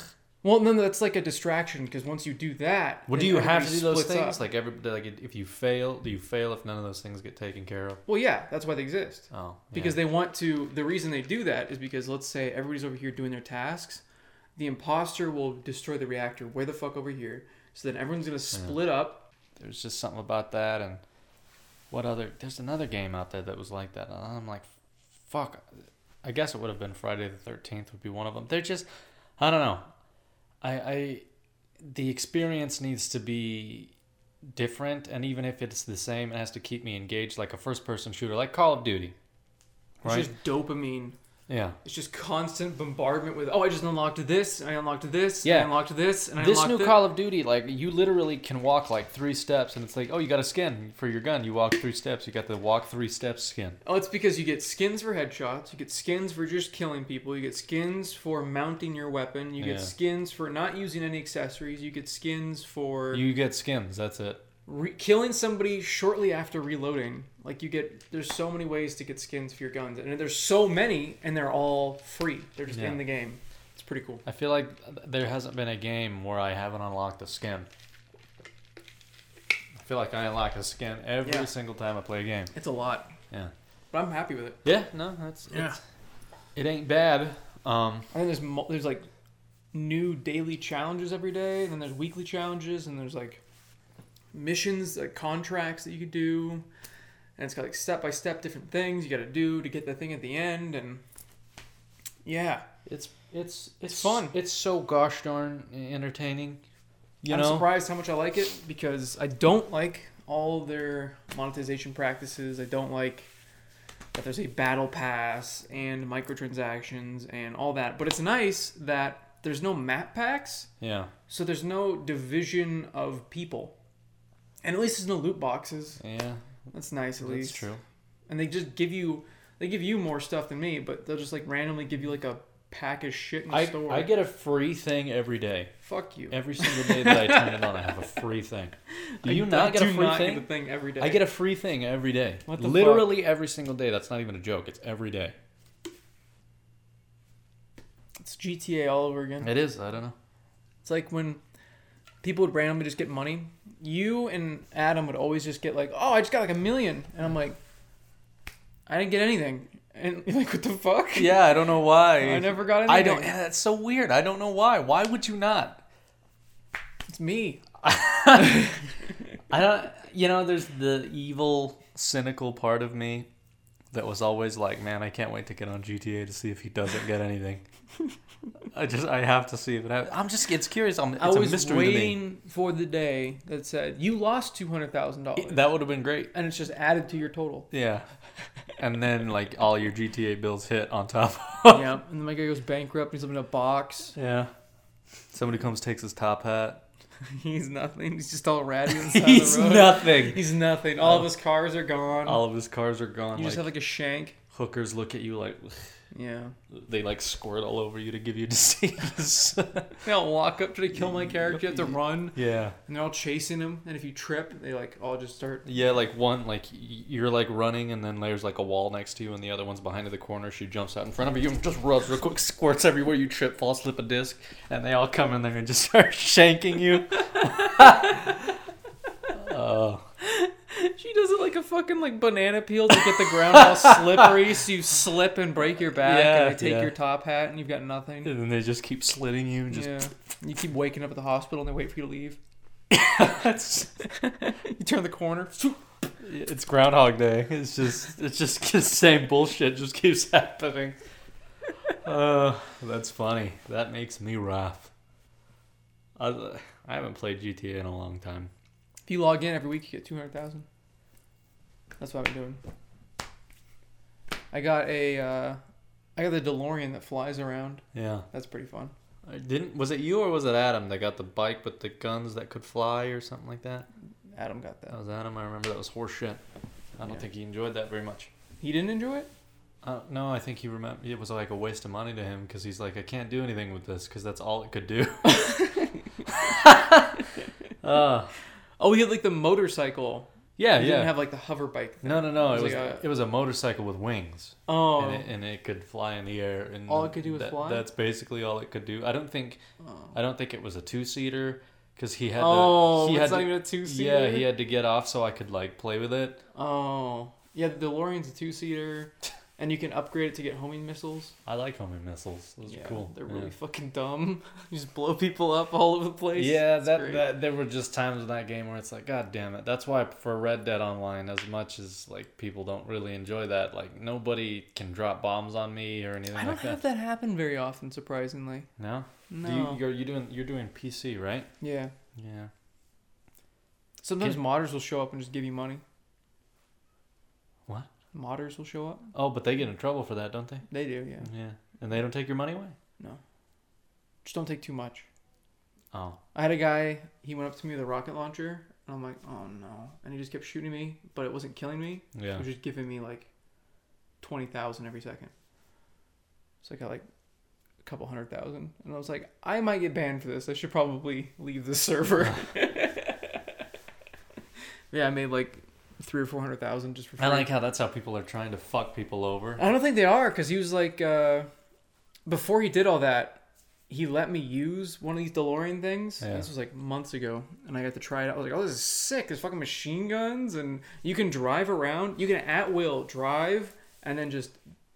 S1: well, and then that's like a distraction because once you do that,
S2: Well,
S1: then
S2: do you have to
S1: everybody
S2: do those
S1: splits up.
S2: things? Like every like if you fail, do you fail if none of those things get taken care of?
S1: Well, yeah, that's why they exist.
S2: Oh,
S1: Because they want to. The reason they do that is because let's say everybody's over here doing their tasks, the imposter will destroy the reactor way the fuck over here. So then everyone's gonna split up.
S2: there's just something about that and what other there's another game out there that was like that and i'm like fuck i guess it would have been friday the 13th would be one of them they're just i don't know i i the experience needs to be different, and even if it's the same, it has to keep me engaged, like a first-person shooter, like Call of Duty.
S1: It's
S2: Right?
S1: just dopamine.
S2: Yeah.
S1: It's just constant bombardment with, oh, I just unlocked this, and I unlocked this, and
S2: Yeah.
S1: I unlocked this, and I
S2: This
S1: unlocked
S2: new
S1: thi-
S2: Call of Duty, like you literally can walk like three steps, and it's like, oh, you got a skin for your gun. You walk three steps. You got the walk three steps skin.
S1: Oh, it's because you get skins for headshots, you get skins for just killing people, you get skins for mounting your weapon, you get
S2: Yeah.
S1: skins for not using any accessories, you get skins for
S2: You get skins. That's it.
S1: re- killing somebody shortly after reloading. Like you get, there's so many ways to get skins for your guns, and there's so many, and they're all free. They're just
S2: Yeah.
S1: in the game. It's pretty cool.
S2: I feel like there hasn't been a game where I haven't unlocked a skin. I feel like I unlock a skin every
S1: Yeah.
S2: single time I play a game.
S1: It's a lot,
S2: Yeah.
S1: but I'm happy with it.
S2: Yeah. No, that's
S1: Yeah.
S2: it's- It ain't bad. Um,
S1: And then there's mo- there's like new daily challenges every day, and then there's weekly challenges, and there's like missions, like contracts that you could do, and it's got like step by step different things you got to do to get the thing at the end, and yeah,
S2: it's it's it's
S1: fun.
S2: It's so gosh darn entertaining. You
S1: I'm
S2: know.
S1: surprised how much I like it because I don't like all their monetization practices. I don't like that there's a battle pass and microtransactions and all that, but it's nice that there's no map packs.
S2: Yeah.
S1: So there's no division of people. And at least there's no loot boxes.
S2: Yeah.
S1: That's nice at
S2: That's
S1: least.
S2: true.
S1: And they just give you they give you more stuff than me, but they'll just like randomly give you like a pack of shit in the
S2: I,
S1: store.
S2: I get a free thing every day.
S1: fuck you.
S2: Every single day that I turn it on, I have a free thing. Do you
S1: I
S2: not get a
S1: do
S2: free
S1: not
S2: thing?
S1: Get a thing every day.
S2: I get a free thing every day.
S1: What the
S2: Literally every single day. That's not even a joke. It's every day.
S1: it's GTA all over again.
S2: It is. I don't know.
S1: It's like when people would randomly just get money. You and Adam would always just get like, "Oh, I just got like a million. and I'm like, "I didn't get anything." And you're like, "What the fuck?"
S2: Yeah, I don't know why.
S1: I never got anything.
S2: I don't. Yeah, that's so weird. I don't know why. Why would you not?
S1: It's me.
S2: I don't. You know, there's the evil, cynical part of me that was always like, man, I can't wait to get on GTA to see if he doesn't get anything. I just, I have to see if it happens. I'm just, it's curious. I'm, it's
S1: I
S2: a
S1: was
S2: mystery to me.
S1: waiting for the day that said you lost two hundred thousand dollars,
S2: That would have been great.
S1: and it's just added to your total.
S2: Yeah. And then like all your GTA bills hit on top. of-
S1: yeah, and then my guy goes bankrupt. He's living in a box.
S2: yeah. Somebody comes takes his top hat.
S1: He's nothing. He's just all ratty on the side
S2: He's
S1: of the road.
S2: nothing. Oh
S1: He's nothing. All of his cars are gone.
S2: All of his cars are gone.
S1: you
S2: like,
S1: just have like a shank.
S2: hookers look at you like
S1: Yeah,
S2: they like squirt all over you to give you disease.
S1: they all walk up to kill my character. You have to run,
S2: yeah.
S1: and they're all chasing him. And if you trip, they like all just start.
S2: Yeah, like one like y- you're like running and then there's like a wall next to you and the other one's behind the corner. She jumps out in front of you and just rubs real quick, squirts everywhere you trip, fall, slip a disc, and they all come in there and just start shanking you. oh.
S1: She does it like a fucking like banana peel to get the ground all slippery, so you slip and break your back,
S2: Yeah,
S1: and they take
S2: yeah.
S1: your top hat, and you've got nothing.
S2: And then they just keep slitting you and just
S1: yeah. You keep waking up at the hospital and they wait for you to leave. you turn the corner.
S2: it's Groundhog Day. It's just it's just the same bullshit just keeps happening. Uh, that's funny. That makes me laugh. I, I haven't played GTA in a long time.
S1: If you log in every week, you get 200,000. That's what I've been doing. I got a, uh, I got the DeLorean that flies around.
S2: Yeah.
S1: That's pretty fun.
S2: I didn't was it you or was it Adam that got the bike with the guns that could fly or something like that?
S1: Adam got that.
S2: That was Adam. I remember that was horseshit. I don't
S1: Yeah.
S2: think he enjoyed that very much.
S1: He didn't enjoy it?
S2: Uh, no, I think he remember it was like a waste of money to him because he's like, I can't do anything with this because that's all it could do. uh,
S1: Oh, he had like the motorcycle.
S2: yeah,
S1: He
S2: yeah.
S1: didn't have like the hover bike. Thing.
S2: no, no, no. It
S1: it
S2: was
S1: was
S2: it was,
S1: like a-
S2: a motorcycle with wings,
S1: Oh.
S2: and, it, and it could fly in the air. And
S1: All it could do was
S2: that-
S1: fly?
S2: That's basically all it could do. I don't think, I don't think it was a two seater because he had.
S1: oh,
S2: to, he
S1: it's
S2: had
S1: not
S2: to-
S1: even a two-seater?
S2: Yeah, he had to get off so I could like play with it.
S1: Oh. Yeah, the DeLorean's a two-seater. And you can upgrade it to get homing missiles.
S2: I like homing missiles. Those
S1: Yeah,
S2: are cool.
S1: They're
S2: Yeah.
S1: really fucking dumb. You just blow people up all over the place.
S2: Yeah,
S1: It's
S2: that,
S1: great.
S2: that there were just times in that game where it's like, God damn it. That's why for Red Dead Online, as much as like people don't really enjoy that, like nobody can drop bombs on me or anything
S1: I don't
S2: like that.
S1: have that happen very often, surprisingly.
S2: No, Do
S1: No.
S2: you, you're you doing you're doing PC right?
S1: Yeah.
S2: Yeah. Sometimes
S1: Because modders will show up and just give you money.
S2: what?
S1: Modders will show up.
S2: Oh, but they get in trouble for that, don't they?
S1: They do, yeah.
S2: Yeah, and they don't take your money away.
S1: No. Just don't take too much.
S2: Oh,
S1: I had a guy, he went up to me with a rocket launcher, and I'm like, oh no. And he just kept shooting me, but it wasn't killing me.
S2: Yeah.
S1: It was just giving me like 20,000 every second. So I got like a couple hundred thousand. And I was like, I might get banned for this. I should probably leave the server. yeah, I made like three or 400,000 just for free.
S2: I like how that's how people are trying to fuck people over.
S1: I don't think they are because he was like, uh, before he did all that, he let me use one of these DeLorean things.
S2: Yeah.
S1: This was like months ago, and I got to try it out. I was like, oh, this is sick. There's fucking machine guns, and you can drive around. You can at will drive and then just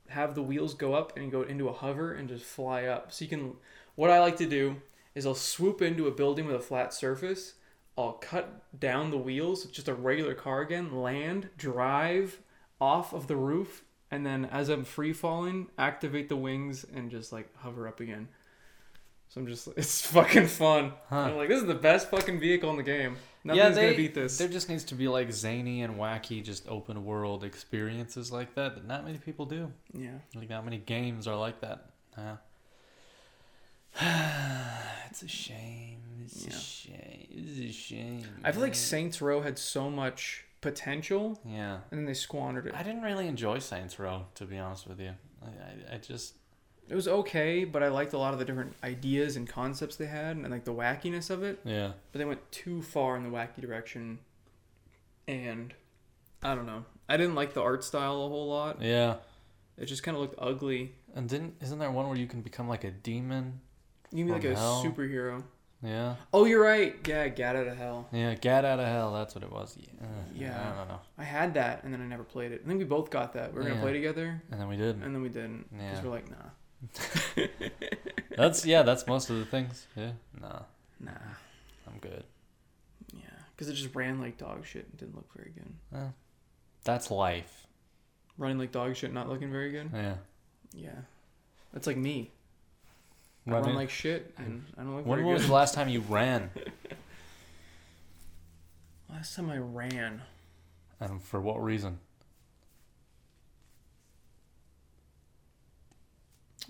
S1: have the wheels go up and go into a hover and just fly up. So you can. What I like to do is I'll swoop into a building with a flat surface. I'll cut down the wheels, just a regular car again, land, drive off of the roof, and then as I'm free falling, activate the wings and just like hover up again. So I'm just, it's fucking fun. I'm like, this is the best fucking vehicle in the game. Nothing's gonna beat this.
S2: There just needs to be like zany and wacky, just open world experiences like that that not many people do.
S1: Yeah.
S2: Like not many games are like that. Yeah. it's a shame. It's
S1: Yeah.
S2: a shame. It's a shame.
S1: I feel like Saints Row had so much potential
S2: yeah.
S1: and then they squandered it.
S2: I didn't really enjoy Saints Row, to be honest with you. I, I, I just
S1: It was okay, but I liked a lot of the different ideas and concepts they had and like the wackiness of it.
S2: yeah.
S1: But they went too far in the wacky direction and I don't know. I didn't like the art style a whole lot.
S2: Yeah.
S1: It just kind of looked ugly.
S2: And didn't isn't there one where you can become like a demon?
S1: You mean like a
S2: From hell?
S1: superhero?
S2: Yeah.
S1: Oh, you're right. Yeah, get out of hell.
S2: Yeah. Get out of hell. That's what it was. Yeah. Ugh,
S1: Yeah.
S2: I don't know.
S1: I had that, and then I never played it. I think we both got that. We were
S2: Yeah.
S1: gonna play together,
S2: And then we did.
S1: and then we didn't. Because
S2: Yeah.
S1: we're like, nah,
S2: That's yeah. That's most of the things. Yeah. Nah.
S1: nah,
S2: I'm good.
S1: yeah. Because it just ran like dog shit and didn't look very good.
S2: That's life.
S1: Running like dog shit, not looking very good.
S2: Yeah.
S1: Yeah, that's like me. I
S2: Running-
S1: run like shit, and I don't look
S2: When
S1: very
S2: was
S1: good.
S2: the last time you ran?
S1: Last time I ran,
S2: And for what reason?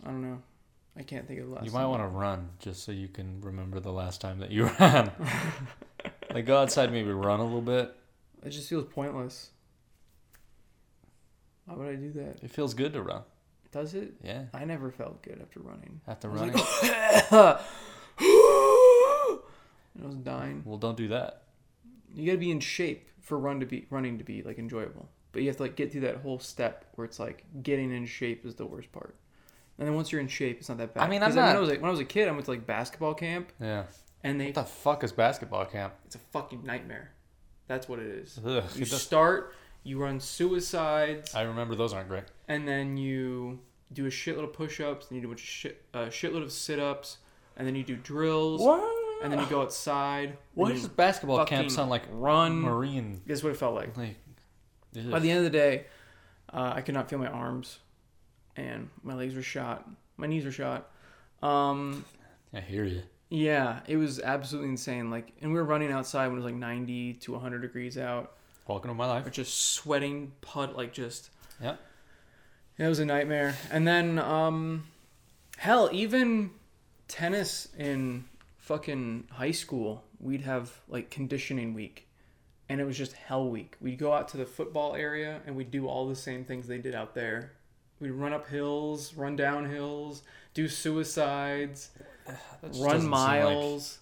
S1: I don't know. I can't think of the last.
S2: You might
S1: time.
S2: want to run just so you can remember the last time that you ran. like go outside, maybe run a little bit.
S1: It just feels pointless. Why would I do that?
S2: It feels good to run.
S1: Does it?
S2: Yeah.
S1: I never felt good after running.
S2: After
S1: I was
S2: running.
S1: like, oh. and I was dying.
S2: well, don't do that.
S1: You gotta be in shape for run to be running to be like enjoyable. But you have to like get through that whole step where it's like getting in shape is the worst part. And then once you're in shape, it's not that bad.
S2: I mean,
S1: 'Cause
S2: I'm
S1: then When
S2: not-
S1: I was like, when I was a kid, I went to like basketball camp,
S2: Yeah.
S1: and they
S2: What the fuck is basketball camp?
S1: it's a fucking nightmare. That's what it is.
S2: Ugh,
S1: you
S2: it does-
S1: start, you run suicides.
S2: I remember those aren't great.
S1: and then you do a shitload of push-ups, and you do a bunch of shit, uh, shitload of sit-ups, and then you do drills, and then you go outside.
S2: What
S1: and
S2: does
S1: you-
S2: basketball camp
S1: fucking
S2: sound like?
S1: run.
S2: Marine.
S1: This is what it felt like.
S2: Like,
S1: By
S2: ugh.
S1: the end of the day, uh, I could not feel my arms, and my legs were shot, my knees were shot. Um,
S2: I hear you.
S1: yeah, it was absolutely insane. Like, and we were running outside when it was like 90 to 100 degrees out,
S2: Welcome to my life.
S1: or just sweating, put like just
S2: Yeah.
S1: It was a nightmare. And then, um, hell, even tennis in fucking high school, we'd have like conditioning week. And it was just hell week. We'd go out to the football area and we'd do all the same things they did out there. We'd run up hills, run down hills, do suicides,
S2: That just doesn't
S1: run
S2: seem like
S1: miles.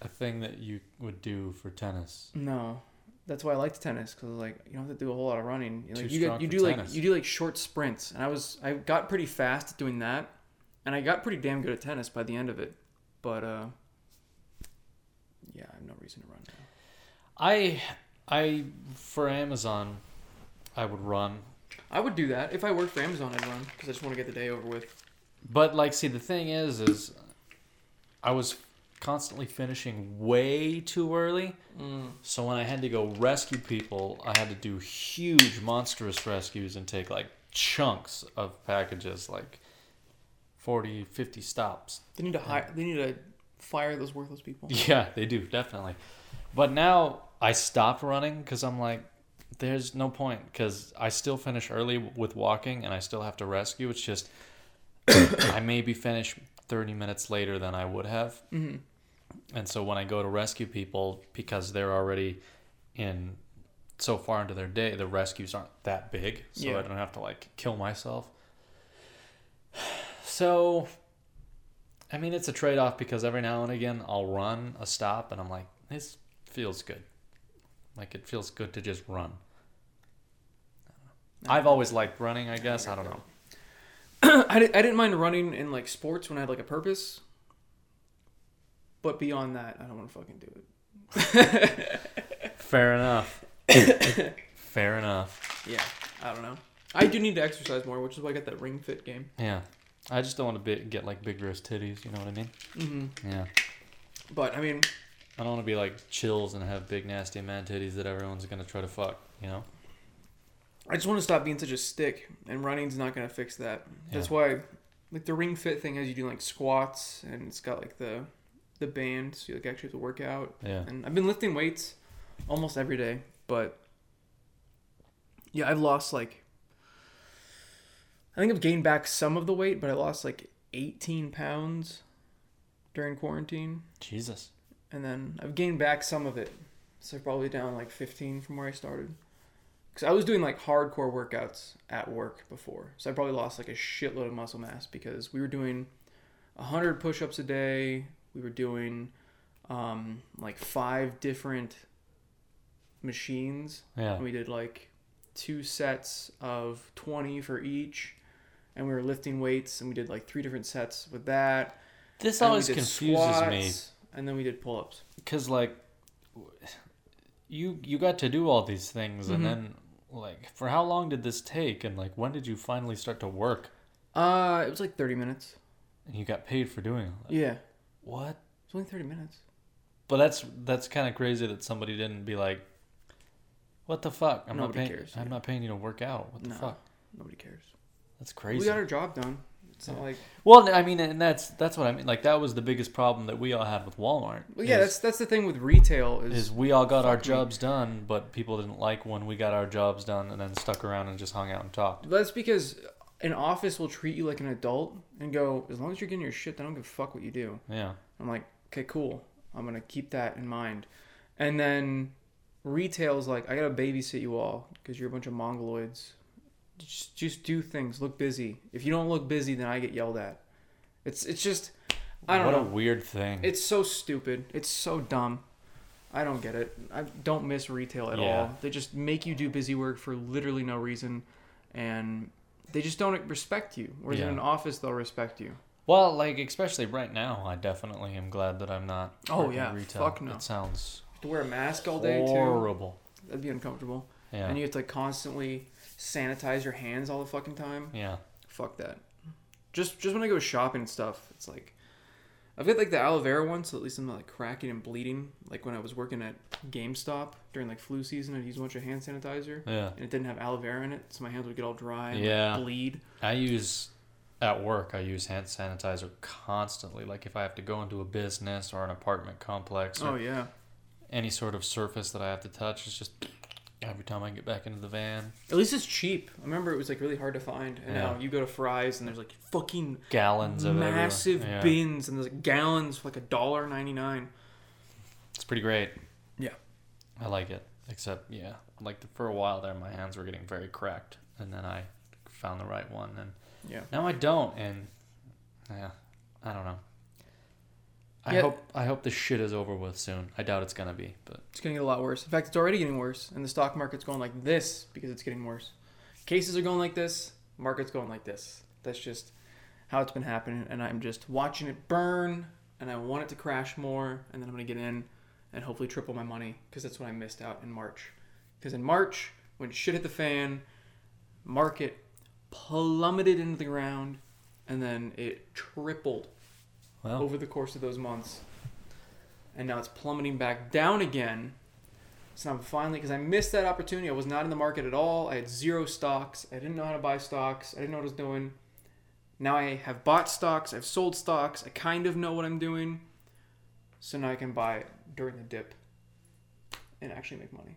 S2: a thing that you would do for tennis.
S1: No. That's why I liked tennis because like you don't have to do a whole lot of running. Like,
S2: Too
S1: you
S2: strong
S1: you
S2: for
S1: do
S2: tennis.
S1: like you do like short sprints, and I was I got pretty fast at doing that, and I got pretty damn good at tennis by the end of it. But uh, yeah, I have no reason to run now.
S2: I, I for Amazon, I would run,
S1: I would do that if I worked for Amazon. I'd run because I just want to get the day over with.
S2: but like, see, the thing is, is I was constantly finishing way too early. So when I had to go rescue people, I had to do huge, monstrous rescues and take like chunks of packages, like 40, 50 stops.
S1: They need to hire. They need to fire those worthless people.
S2: Yeah, they do definitely. But now I stopped running because I'm like, there's no point because I still finish early with walking and I still have to rescue. It's just I maybe finish 30 minutes later than I would have. And so when I go to rescue people, because they're already in so far into their day, the rescues aren't that big. So
S1: Yeah.
S2: I don't have to like kill myself. So, I mean, it's a trade off because every now and again I'll run a stop and I'm like, this feels good. Like, it feels good to just run. I've always liked running, I guess. I don't know.
S1: I, di- I didn't mind running in like sports when I had like a purpose, but beyond that, I don't want to fucking do it.
S2: Fair enough. Fair enough.
S1: Yeah, I don't know. I do need to exercise more, which is why I got that Ring Fit game.
S2: Yeah. I just don't want to be, get like big wrist titties. You know what I mean? Mm-hmm. Yeah.
S1: But I mean,
S2: I don't want to be like chills and have big nasty man titties that everyone's gonna try to fuck. You know?
S1: I just want to stop being such a stick, and running's not gonna fix that. That's why, like the Ring Fit thing has you doing like squats, and it's got like the the band, so you like actually have to work out.
S2: Yeah.
S1: And I've been lifting weights almost every day, but yeah, I've lost like I think I've gained back some of the weight, but I lost like 18 pounds during quarantine,
S2: Jesus.
S1: and then I've gained back some of it, so probably down like 15 from where I started. Because I was doing like hardcore workouts at work before, so I probably lost like a shitload of muscle mass because we were doing 100 push-ups a day. We were doing um, like five different machines.
S2: Yeah.
S1: And we did like two sets of 20 for each. And we were lifting weights and we did like three different sets with that.
S2: This
S1: And we
S2: always
S1: did
S2: confuses me
S1: squats, And then we did pull ups.
S2: because like w- you you got to do all these things
S1: Mm-hmm.
S2: and then like for how long did this take and like when did you finally start to work
S1: Uh, it was like 30 minutes.
S2: and you got paid for doing all that?
S1: Yeah.
S2: What?
S1: It's only 30 minutes.
S2: But that's that's kind of crazy that somebody didn't be like, "What the fuck? I'm
S1: Nobody
S2: not paying.
S1: cares,
S2: I'm
S1: yeah.
S2: not paying you to work out. What the
S1: No.
S2: fuck?
S1: Nobody cares.
S2: That's crazy."
S1: We got our job done. It's not like
S2: well, I mean, and that's that's what I mean. Like that was the biggest problem that we all had with Walmart.
S1: well, yeah,
S2: is-
S1: that's that's the thing with retail
S2: is
S1: is
S2: we all got our
S1: Fuck me.
S2: jobs done, but people didn't like when we got our jobs done and then stuck around and just hung out and talked.
S1: That's because an office will treat you like an adult and go, as long as you're getting your shit, done, I don't give a fuck what you do.
S2: Yeah,
S1: I'm like, okay, cool. I'm gonna keep that in mind. And then retail's like, I gotta babysit you all because you're a bunch of mongoloids. Just, just do things. Look busy. If you don't look busy, then I get yelled at. It's it's just, I don't
S2: what a
S1: know.
S2: weird thing.
S1: It's so stupid. It's so dumb. I don't get it. I don't miss retail at
S2: Yeah.
S1: all. They just make you do busy work for literally no reason, and they just don't respect you. Whereas
S2: Yeah.
S1: in an office, they'll respect you.
S2: well, like especially right now, I definitely am glad that I'm not.
S1: Oh,
S2: working
S1: yeah. Fuck no.
S2: It sounds
S1: have to wear a mask all day too.
S2: horrible.
S1: That'd be uncomfortable.
S2: Yeah,
S1: and you have to like constantly sanitize your hands all the fucking time.
S2: yeah.
S1: Fuck that. Just just when I go shopping and stuff, it's like I've got like the aloe vera one, so at least I'm not like cracking and bleeding. Like when I was working at GameStop during like flu season, I'd use a bunch of hand sanitizer.
S2: Yeah.
S1: And it didn't have aloe vera in it, so my hands would get all dry and like,
S2: Yeah.
S1: bleed.
S2: I use at work. I use hand sanitizer constantly. Like if I have to go into a business or an apartment complex or
S1: Oh yeah.
S2: any sort of surface that I have to touch, it's just every time I get back into the van,
S1: At least it's cheap. I remember it was like really hard to find, and
S2: Yeah.
S1: now you go to Fry's and there's like fucking
S2: gallons of it everywhere.
S1: massive
S2: Yeah,
S1: bins and there's like gallons for like a dollar ninety nine.
S2: It's pretty great.
S1: Yeah.
S2: I like it. Except yeah, like for a while there, my hands were getting very cracked, and then I found the right one, and
S1: Yeah.
S2: now I don't, and yeah, I don't know. I
S1: Yeah.
S2: hope I hope this shit is over with soon. I doubt it's gonna be, but
S1: It's going to get a lot worse. In fact, it's already getting worse, and the stock market's going like this because it's getting worse. Cases are going like this, market's going like this. That's just how it's been happening, and I'm just watching it burn, and I want it to crash more, and then I'm going to get in and hopefully triple my money because that's what I missed out in March. Because in March, when shit hit the fan, market plummeted into the ground, and then it tripled
S2: well,
S1: over the course of those months. And now it's plummeting back down again. So I'm finally, because I missed that opportunity. I was not in the market at all. I had zero stocks. I didn't know how to buy stocks. I didn't know what I was doing. Now I have bought stocks. I've sold stocks. I kind of know what I'm doing. So now I can buy it during the dip. and actually make money.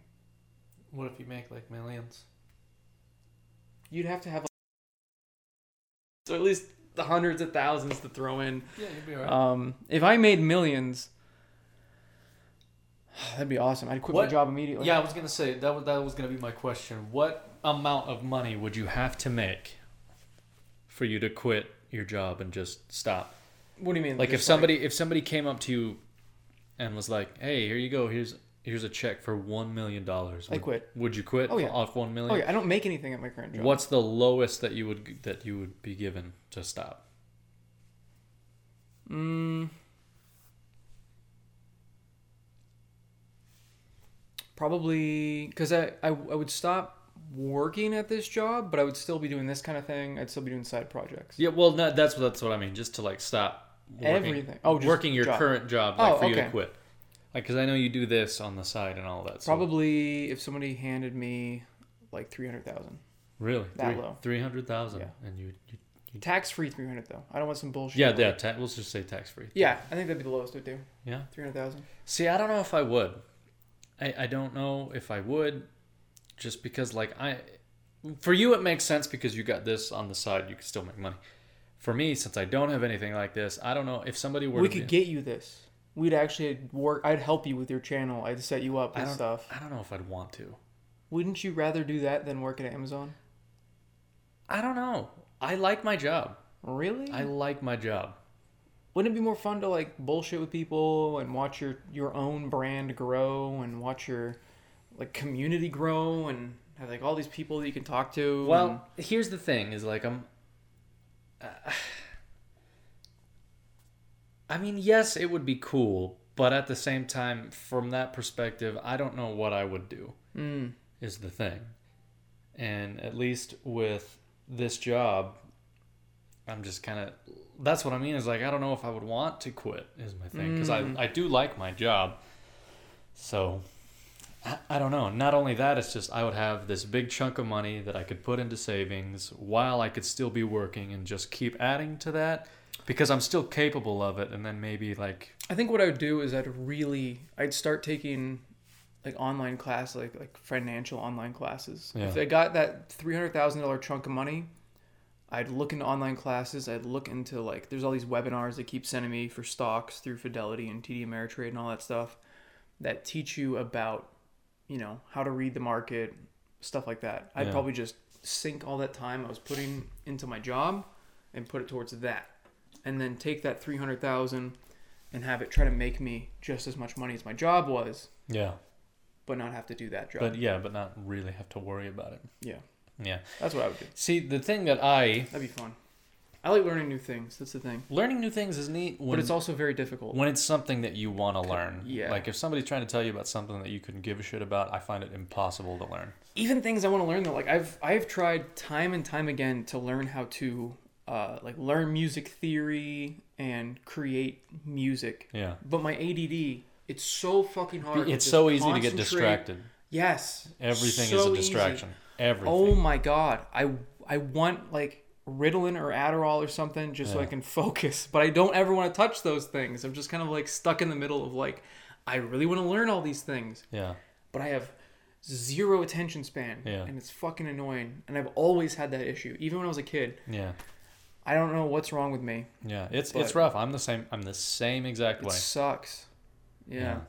S2: What if you make like millions?
S1: You'd have to have so at least the hundreds of thousands to throw in.
S2: Yeah, you'd be alright.
S1: Um, if I made millions, that'd be awesome. I'd quit my
S2: What-
S1: job immediately.
S2: yeah, I was gonna say that was that was gonna be my question. What amount of money would you have to make for you to quit your job and just stop?
S1: What do you mean?
S2: Like if
S1: Just
S2: somebody if somebody came up to you and was like, "Hey, here you go. Here's here's a check for one million dollars."
S1: I
S2: would-
S1: quit.
S2: Would you quit
S1: Oh, yeah.
S2: off one million?
S1: Oh yeah, I don't make anything at my current job.
S2: What's the lowest that you would that you would be given to stop?
S1: Probably because I, I I would stop working at this job, but I would still be doing this kind of thing. I'd still be doing side projects.
S2: Yeah, well, no, that's that's what I mean. Just to like stop working,
S1: Everything. Oh, just
S2: working your
S1: job.
S2: current job, like
S1: Oh,
S2: for you to
S1: okay.
S2: quit. Like, because I know you do this on the side and all that. so-
S1: Probably if somebody handed me like three hundred thousand,
S2: really
S1: that low.
S2: three hundred thousand,
S1: Yeah.
S2: and you, you
S1: tax free three hundred though. I don't want some bullshit.
S2: yeah, yeah. Ta- let's just say tax free.
S1: Yeah, I think that'd be the lowest I'd do.
S2: Yeah.
S1: Three hundred thousand.
S2: See, I don't know if I would. I, I don't know if I would, just because like I, for you it makes sense because you got this on the side, you can still make money. For me, since I don't have anything like this, I don't know if somebody were
S1: We
S2: to
S1: could
S2: be,
S1: get you this. We'd actually work. I'd help you with your channel. I'd set you up
S2: I
S1: with
S2: don't,
S1: stuff.
S2: I don't know if I'd want to.
S1: Wouldn't you rather do that than work at Amazon?
S2: I don't know. I like my job.
S1: Really?
S2: I like my job.
S1: Wouldn't it be more fun to like bullshit with people and watch your your own brand grow and watch your like community grow and have like all these people that you can talk to? and-
S2: Well, Hmm. here's the thing: is like I'm. uh, I mean, yes, it would be cool, but at the same time, from that perspective, I don't know what I would do. Is the thing, and at least with this job, I'm just kind of. That's what I mean. Is like I don't know if I would want to quit. Is my thing because I I do like my job, so. I- I don't know. Not only that, it's just I would have this big chunk of money that I could put into savings while I could still be working and just keep adding to that because I'm still capable of it. And then maybe like,
S1: I think what I would do is I'd really I'd start taking like online class like like financial online classes. If
S2: Yeah.
S1: I got that three hundred thousand dollar chunk of money, I'd look into online classes. I'd look into like there's all these webinars they keep sending me for stocks through Fidelity and TD Ameritrade and all that stuff that teach you about you know how to read the market stuff like that. I'd
S2: Yeah.
S1: probably just sink all that time I was putting into my job and put it towards that, and then take that three hundred thousand and have it try to make me just as much money as my job was,
S2: yeah,
S1: but not have to do that job.
S2: but yeah, but not really have to worry about it.
S1: yeah,
S2: Yeah.
S1: that's what I would do.
S2: See, the thing that I
S1: That'd be fun. I like learning new things. That's the thing.
S2: learning new things is neat when
S1: But it's also very difficult.
S2: when it's something that you want to learn.
S1: yeah.
S2: Like if somebody's trying to tell you about something that you couldn't give a shit about, I find it impossible to learn.
S1: Even things I want to learn though, like I've I've tried time and time again to learn how to uh, like learn music theory and create music.
S2: Yeah.
S1: But my ADD, it's so fucking hard. to
S2: It's
S1: just
S2: so easy to get
S1: concentrate.
S2: distracted.
S1: Yes.
S2: Everything is
S1: So
S2: a
S1: easy.
S2: distraction. Everything.
S1: Oh my god, I I want like Ritalin or Adderall or something just so I
S2: Yeah.
S1: can focus, but I don't ever want to touch those things. I'm just kind of like stuck in the middle of like I really want to learn all these things,
S2: yeah.
S1: but I have zero attention span
S2: Yeah.
S1: and it's fucking annoying and I've always had that issue even when I was a kid.
S2: Yeah.
S1: I don't know what's wrong with me.
S2: Yeah, it's
S1: But-
S2: it's rough. I'm the same. I'm the same exact
S1: It
S2: way.
S1: sucks. Yeah.
S2: Yeah.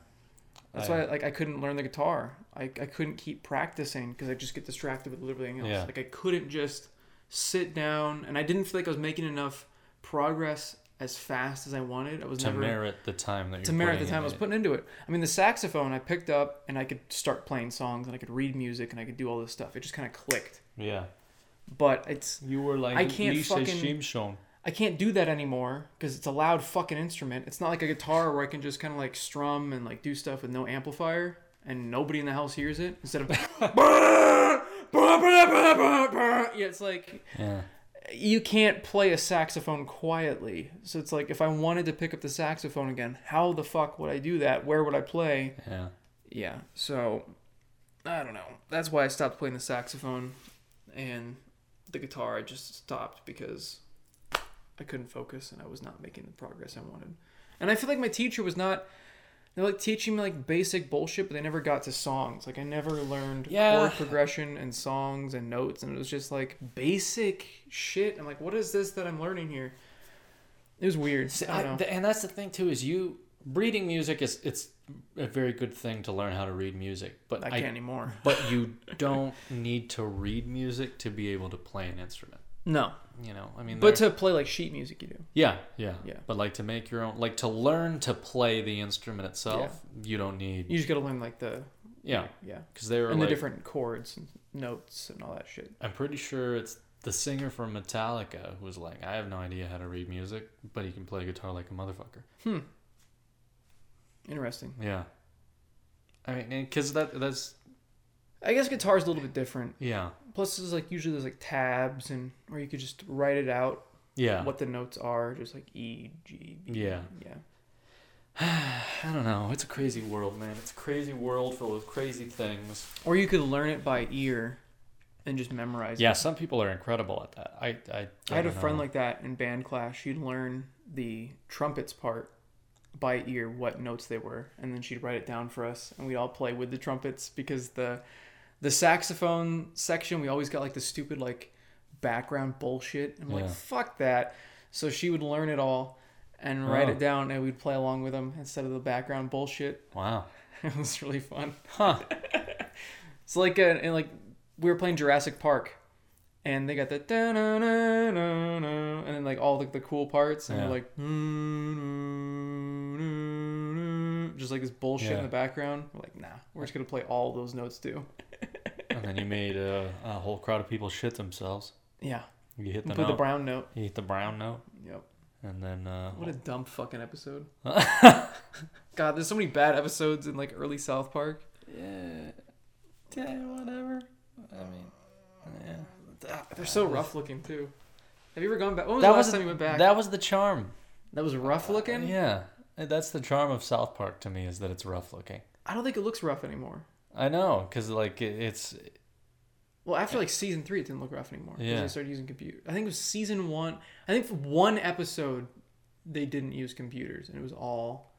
S1: That's
S2: I- uh,
S1: why like I couldn't learn the guitar. I, I couldn't keep practicing because I just get distracted with everything else.
S2: Yeah.
S1: Like I couldn't just sit down and I didn't feel like I was making enough progress as fast as I wanted. I was
S2: To
S1: never
S2: merit the time that you're
S1: to merit the
S2: putting
S1: time I
S2: in
S1: was
S2: it.
S1: putting into it. I mean the saxophone I picked up and I could start playing songs and I could read music and I could do all this stuff. It just kinda clicked.
S2: Yeah,
S1: But it's
S2: you were like
S1: I can't
S2: Lisa
S1: fucking-
S2: Simpson.
S1: I can't do that anymore because it's a loud fucking instrument. It's not like a guitar where I can just kind of like strum and like do stuff with no amplifier and nobody in the house hears it. Instead of yeah, it's like
S2: Yeah,
S1: you can't play a saxophone quietly. So it's like if I wanted to pick up the saxophone again, how the fuck would I do that? Where would I play?
S2: yeah.
S1: Yeah. So I don't know. That's why I stopped playing the saxophone and the guitar. I just stopped because I couldn't focus and I was not making the progress I wanted. And I feel like my teacher was not They're like teaching me like basic bullshit, but they never got to songs. Like I never learned
S2: Yeah.
S1: chord progression and songs and notes, and it was just like basic shit. I'm like, what is this that I'm learning here? It was weird.
S2: See,
S1: I don't
S2: I-
S1: know.
S2: th- and that's the thing too is you reading music is it's a very good thing to learn how to read music, but
S1: I can't anymore.
S2: but you don't need to read music to be able to play an instrument.
S1: No,
S2: You know, I mean,
S1: but
S2: there-
S1: to play like sheet music, you do.
S2: yeah, yeah,
S1: Yeah.
S2: But like to make your own, like to learn to play the instrument itself, you don't need,
S1: You just gotta learn like the
S2: yeah,
S1: yeah,
S2: because they were
S1: and
S2: like,
S1: the different chords and notes and all that shit.
S2: I'm pretty sure it's the singer from Metallica who was like, I have no idea how to read music, but he can play guitar like a motherfucker.
S1: Interesting.
S2: Yeah, I mean, because that that's
S1: I guess guitar's a little bit different.
S2: yeah,
S1: Plus, there's like usually there's like tabs and where you could just write it out
S2: yeah.
S1: what the notes are, just like E G. B,
S2: Yeah.
S1: yeah.
S2: I don't know. It's a crazy world, man. It's a crazy world full of crazy things.
S1: Or you could learn it by ear and just memorize.
S2: Yeah, some people are incredible at that. I I,
S1: it. I had a
S2: don't
S1: friend
S2: know.
S1: like that in band class. She'd learn the trumpets part by ear, what notes they were, and then she'd write it down for us, and we'd all play with the trumpets because the the saxophone section we always got like the stupid like background bullshit. I'm like
S2: Yeah.
S1: fuck that. So she would learn it all and write
S2: Oh.
S1: it down, and we'd play along with them instead of the background bullshit.
S2: wow.
S1: It was really fun.
S2: Huh.
S1: It's like a, and like we were playing Jurassic Park, and they got the da-na-na-na-na, and then like all the, the cool parts, and
S2: Yeah.
S1: we're like "Mm-mm-mm-mm," just like this bullshit
S2: Yeah.
S1: in the background. We're like, nah, we're just gonna play all those notes too.
S2: And then you made a, a whole crowd of people shit themselves.
S1: Yeah,
S2: You hit the
S1: play
S2: note.
S1: the brown note.
S2: you hit the brown note,
S1: Yep.
S2: and then uh,
S1: What a dumb fucking episode. God, there's so many bad episodes in like early South Park.
S2: yeah, whatever. I mean, yeah.
S1: They're so rough looking too. Have you ever gone back? When was
S2: That
S1: the last
S2: was
S1: time you went back?
S2: that was the charm.
S1: that was rough looking.
S2: Yeah, that's the charm of South Park to me is that it's rough looking.
S1: I don't think it looks rough anymore.
S2: I know, cause like it, it's
S1: Well, after like season three, it didn't look rough anymore. Yeah.
S2: Yeah.
S1: They started using computers. I think it was season one. I think for one episode, they didn't use computers, and it was all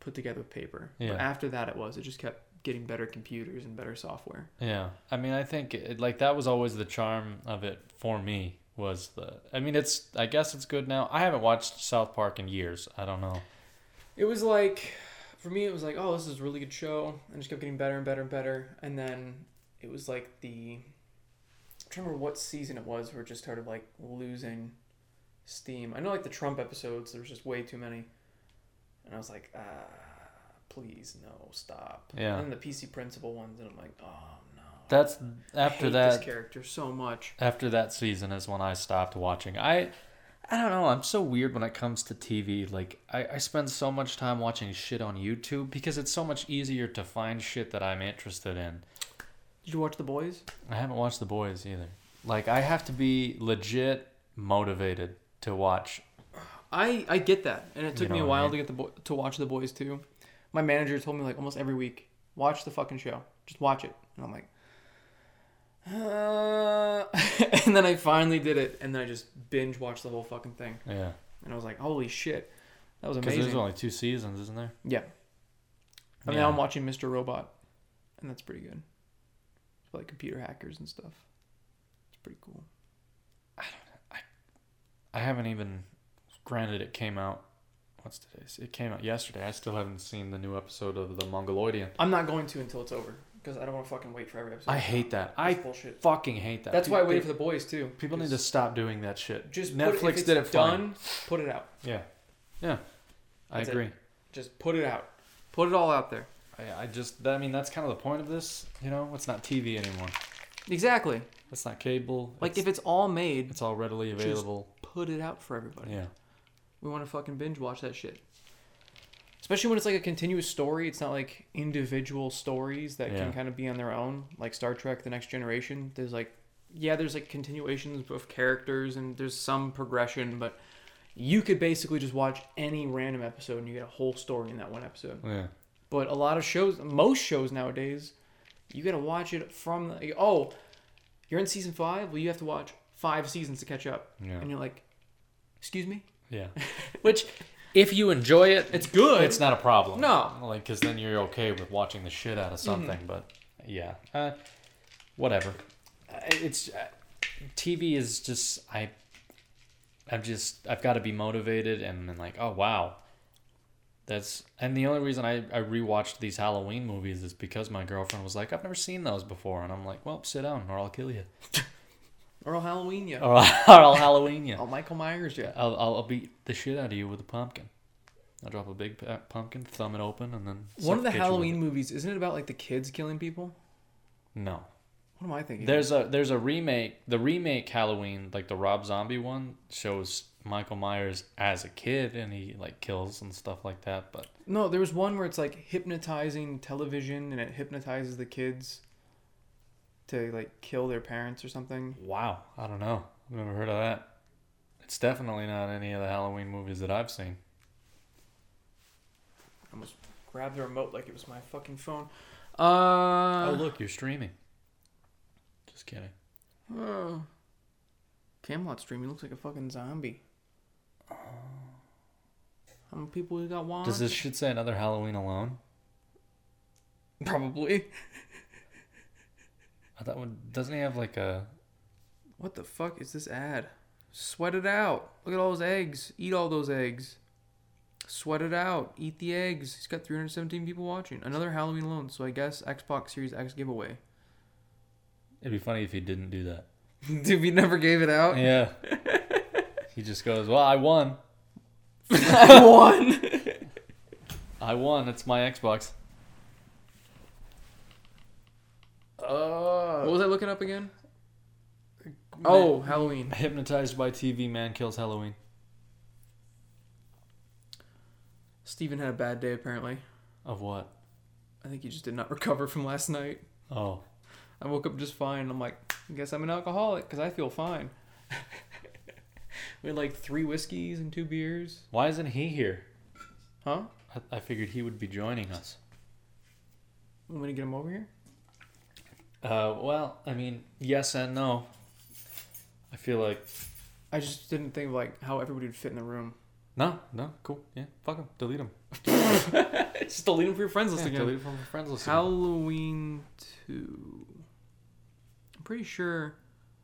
S1: put together with paper.
S2: Yeah.
S1: But after that, it was. It just kept getting better computers and better software.
S2: Yeah, I mean, I think it, like that was always the charm of it for me was the. I mean, it's. I guess it's good now. I haven't watched South Park in years. I don't know.
S1: It was like, for me, it was like, oh, this is a really good show, and it just kept getting better and better and better. And then it was like the, I don't remember what season it was where it just started like losing steam. I know like the Trump episodes, there was just way too many, and I was like, ah, please no, stop.
S2: Yeah.
S1: And then the PC principal ones, and I'm like, oh no.
S2: That's
S1: I
S2: after
S1: hate
S2: that.
S1: this character so much.
S2: after that season is when I stopped watching. I. I don't know. I'm so weird when it comes to TV. Like, I, I spend so much time watching shit on YouTube because it's so much easier to find shit that I'm interested in.
S1: Did you watch The Boys?
S2: I haven't watched The Boys either. Like, I have to be legit motivated to watch.
S1: I I get that, and it took
S2: know
S1: me a
S2: what I
S1: while
S2: mean?
S1: to get the bo- to watch the boys too. My manager told me like almost every week, watch the fucking show, just watch it, and I'm like, uh... and then I finally did it, and then I just binge watched the whole fucking thing,
S2: Yeah.
S1: and I was like, holy shit, that was
S2: Because there's
S1: amazing.
S2: only two seasons, isn't there?
S1: yeah, and
S2: Yeah.
S1: now I'm watching Mr. Robot, and that's pretty good. It's like computer hackers and stuff. It's pretty cool.
S2: I haven't even. Granted, it came out. What's today's? It came out yesterday. I still haven't seen the new episode of The Mongoloidian.
S1: I'm not going to until it's over because I don't want to fucking wait for every episode.
S2: I hate that. I
S1: That's bullshit.
S2: fucking hate that.
S1: That's why I waited for
S2: People-
S1: the boys too.
S2: People need
S1: because-
S2: to stop doing that shit.
S1: Just put
S2: Netflix
S1: it, if it's
S2: did it fine.
S1: done. Put it out.
S2: Yeah, yeah, I
S1: That's it.
S2: agree.
S1: Just put it out. Put it all out there.
S2: I, I just, I mean, that's kind of the point of this. You know, it's not TV anymore.
S1: Exactly.
S2: It's not cable.
S1: Like
S2: it's,
S1: if it's all made,
S2: it's all readily available.
S1: put it out for everybody.
S2: Yeah,
S1: We want to fucking binge watch that shit. Especially when it's like a continuous story. It's not like individual stories that
S2: Yeah.
S1: can kind of be on their own. Like Star Trek: The Next Generation. There's like, yeah, there's like continuations of characters and there's some progression, but you could basically just watch any random episode and you get a whole story in that one episode.
S2: yeah,
S1: But a lot of shows, most shows nowadays, you gotta watch it from the. Oh, you're in season five. Well, you have to watch five seasons to catch up.
S2: Yeah.
S1: And you're like, excuse me.
S2: yeah. Which if you enjoy it,
S1: It's good.
S2: It's not a problem.
S1: No.
S2: like because then you're okay with watching the shit out of something. But yeah, uh, whatever. I- It's uh, TV is just I. I've just I've got to be motivated and, and like oh wow, that's and the only reason I I rewatched these Halloween movies is because my girlfriend was like I've never seen those before and I'm like well sit down or I'll kill you
S1: Earl Halloween you.
S2: or, I'll Halloween you
S1: Oh, Michael Myers you.
S2: I'll, I'll I'll beat the shit out of you with a pumpkin. I'll drop a big pa- pumpkin, thumb it open, and then
S1: One of the
S2: suffocate you with
S1: Halloween
S2: it.
S1: movies, isn't it about like the kids killing people?
S2: No,
S1: What am I thinking?
S2: there's a there's a remake. The remake Halloween, like the Rob Zombie one, shows Michael Myers as a kid, and he like kills and stuff like that. But
S1: No, there was one where it's like hypnotizing television and it hypnotizes the kids to like kill their parents or something.
S2: wow, I don't know. I've never heard of that. It's definitely not any of the Halloween movies that I've seen.
S1: I almost grabbed the remote like it was my fucking phone. Uh,
S2: oh look, you're streaming. Just kidding.
S1: uh, Camelot stream. He looks like a fucking zombie. How many people we got? One.
S2: Does this shit say another Halloween alone?
S1: probably?
S2: I thought doesn't he have like a
S1: What the fuck is this ad? Sweat it out. Look at all those eggs. Eat all those eggs. Sweat it out. Eat the eggs. He's got 317 people watching. Another Halloween alone, so I guess Xbox Series X giveaway.
S2: It'd be funny if he didn't do that.
S1: Dude, we never gave it out.
S2: Yeah. he just goes, Well, I won.
S1: I won.
S2: I won. It's my Xbox.
S1: what
S2: Uh,
S1: was I looking up again? Oh, Halloween.
S2: hypnotized by TV, man kills Halloween.
S1: Steven had a bad day, apparently.
S2: Of what?
S1: I think he just did not recover from last night.
S2: Oh.
S1: I woke up just fine. I'm like, I guess I'm an alcoholic because I feel fine. we had like three whiskeys and two beers.
S2: Why isn't he here?
S1: Huh?
S2: I, I figured he would be joining us.
S1: Want me to get him over here?
S2: Uh, well, I mean, yes and no. I feel like.
S1: I just didn't think of like how everybody would fit in the room.
S2: No, no, cool. Yeah, fuck him. Delete him.
S1: just delete them for your friends list
S2: Yeah,
S1: again.
S2: delete him from your friends list. again.
S1: Halloween two. I'm pretty sure.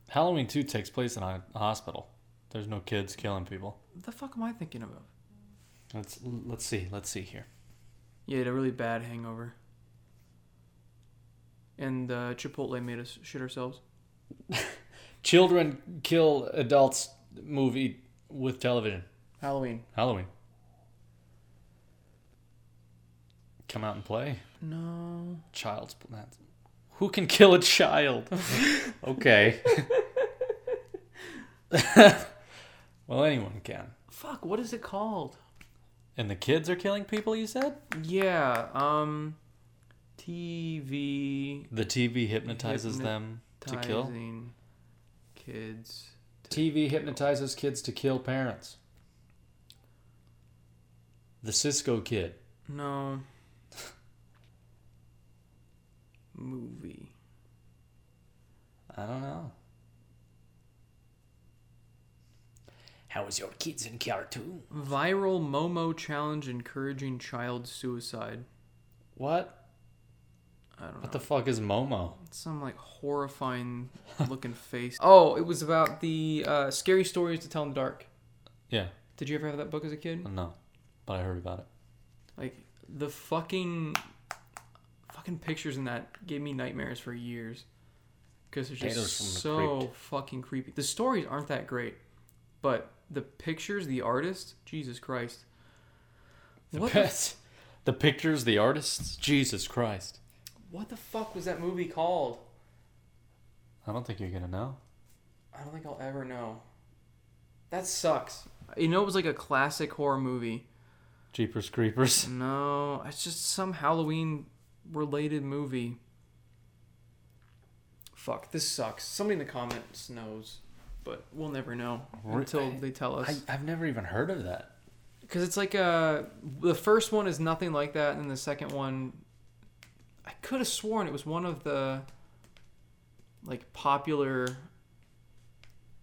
S2: Halloween 2 takes place in a hospital. There's no kids killing people.
S1: What the fuck am I thinking about?
S2: Let's let's see. Let's see here.
S1: Yeah, he had a really bad hangover. And uh, Chipotle made us shit ourselves.
S2: children kill adults movie with television.
S1: Halloween.
S2: Halloween. Come out and play.
S1: No.
S2: Child's pl- that's- Who can kill a child? okay. well, anyone can.
S1: Fuck. What is it called?
S2: And the kids are killing people, you said?
S1: Yeah. Um. TV.
S2: The TV hypnotizes them to kill?
S1: Hypnotizing Kids.
S2: TV hypnotizes kids to kill parents. The Cisco kid.
S1: No. Movie.
S2: I don't know.
S4: How is your kids in cartoon?
S1: Viral Momo challenge encouraging child suicide.
S2: What?
S1: I don't know.
S2: What the fuck is Momo?
S1: Some like horrifying looking face. Oh, it was about the uh, scary stories to tell in the dark.
S2: Yeah,
S1: Did you ever have that book as a kid?
S2: no, but I heard about it.
S1: Like the fucking fucking pictures in that gave me nightmares for years because they're just
S2: Tales from the
S1: so
S2: Crypt.
S1: fucking creepy. The stories aren't that great, but the pictures, the artist, Jesus Christ. What the, f-
S2: the pictures, the artists. Jesus Christ!
S1: what the fuck was that movie called?
S2: I don't think you're gonna know.
S1: I don't think I'll ever know. That sucks. You know, it was like a classic horror movie.
S2: Jeepers Creepers.
S1: No, it's just some Halloween related movie. Fuck, this sucks. Somebody in the comments knows, but we'll never know
S2: Re-
S1: until they tell
S2: I,
S1: us.
S2: I've never even heard of that.
S1: Because it's like uh the first one is nothing like that, and then the second one, I could have sworn it was one of the like popular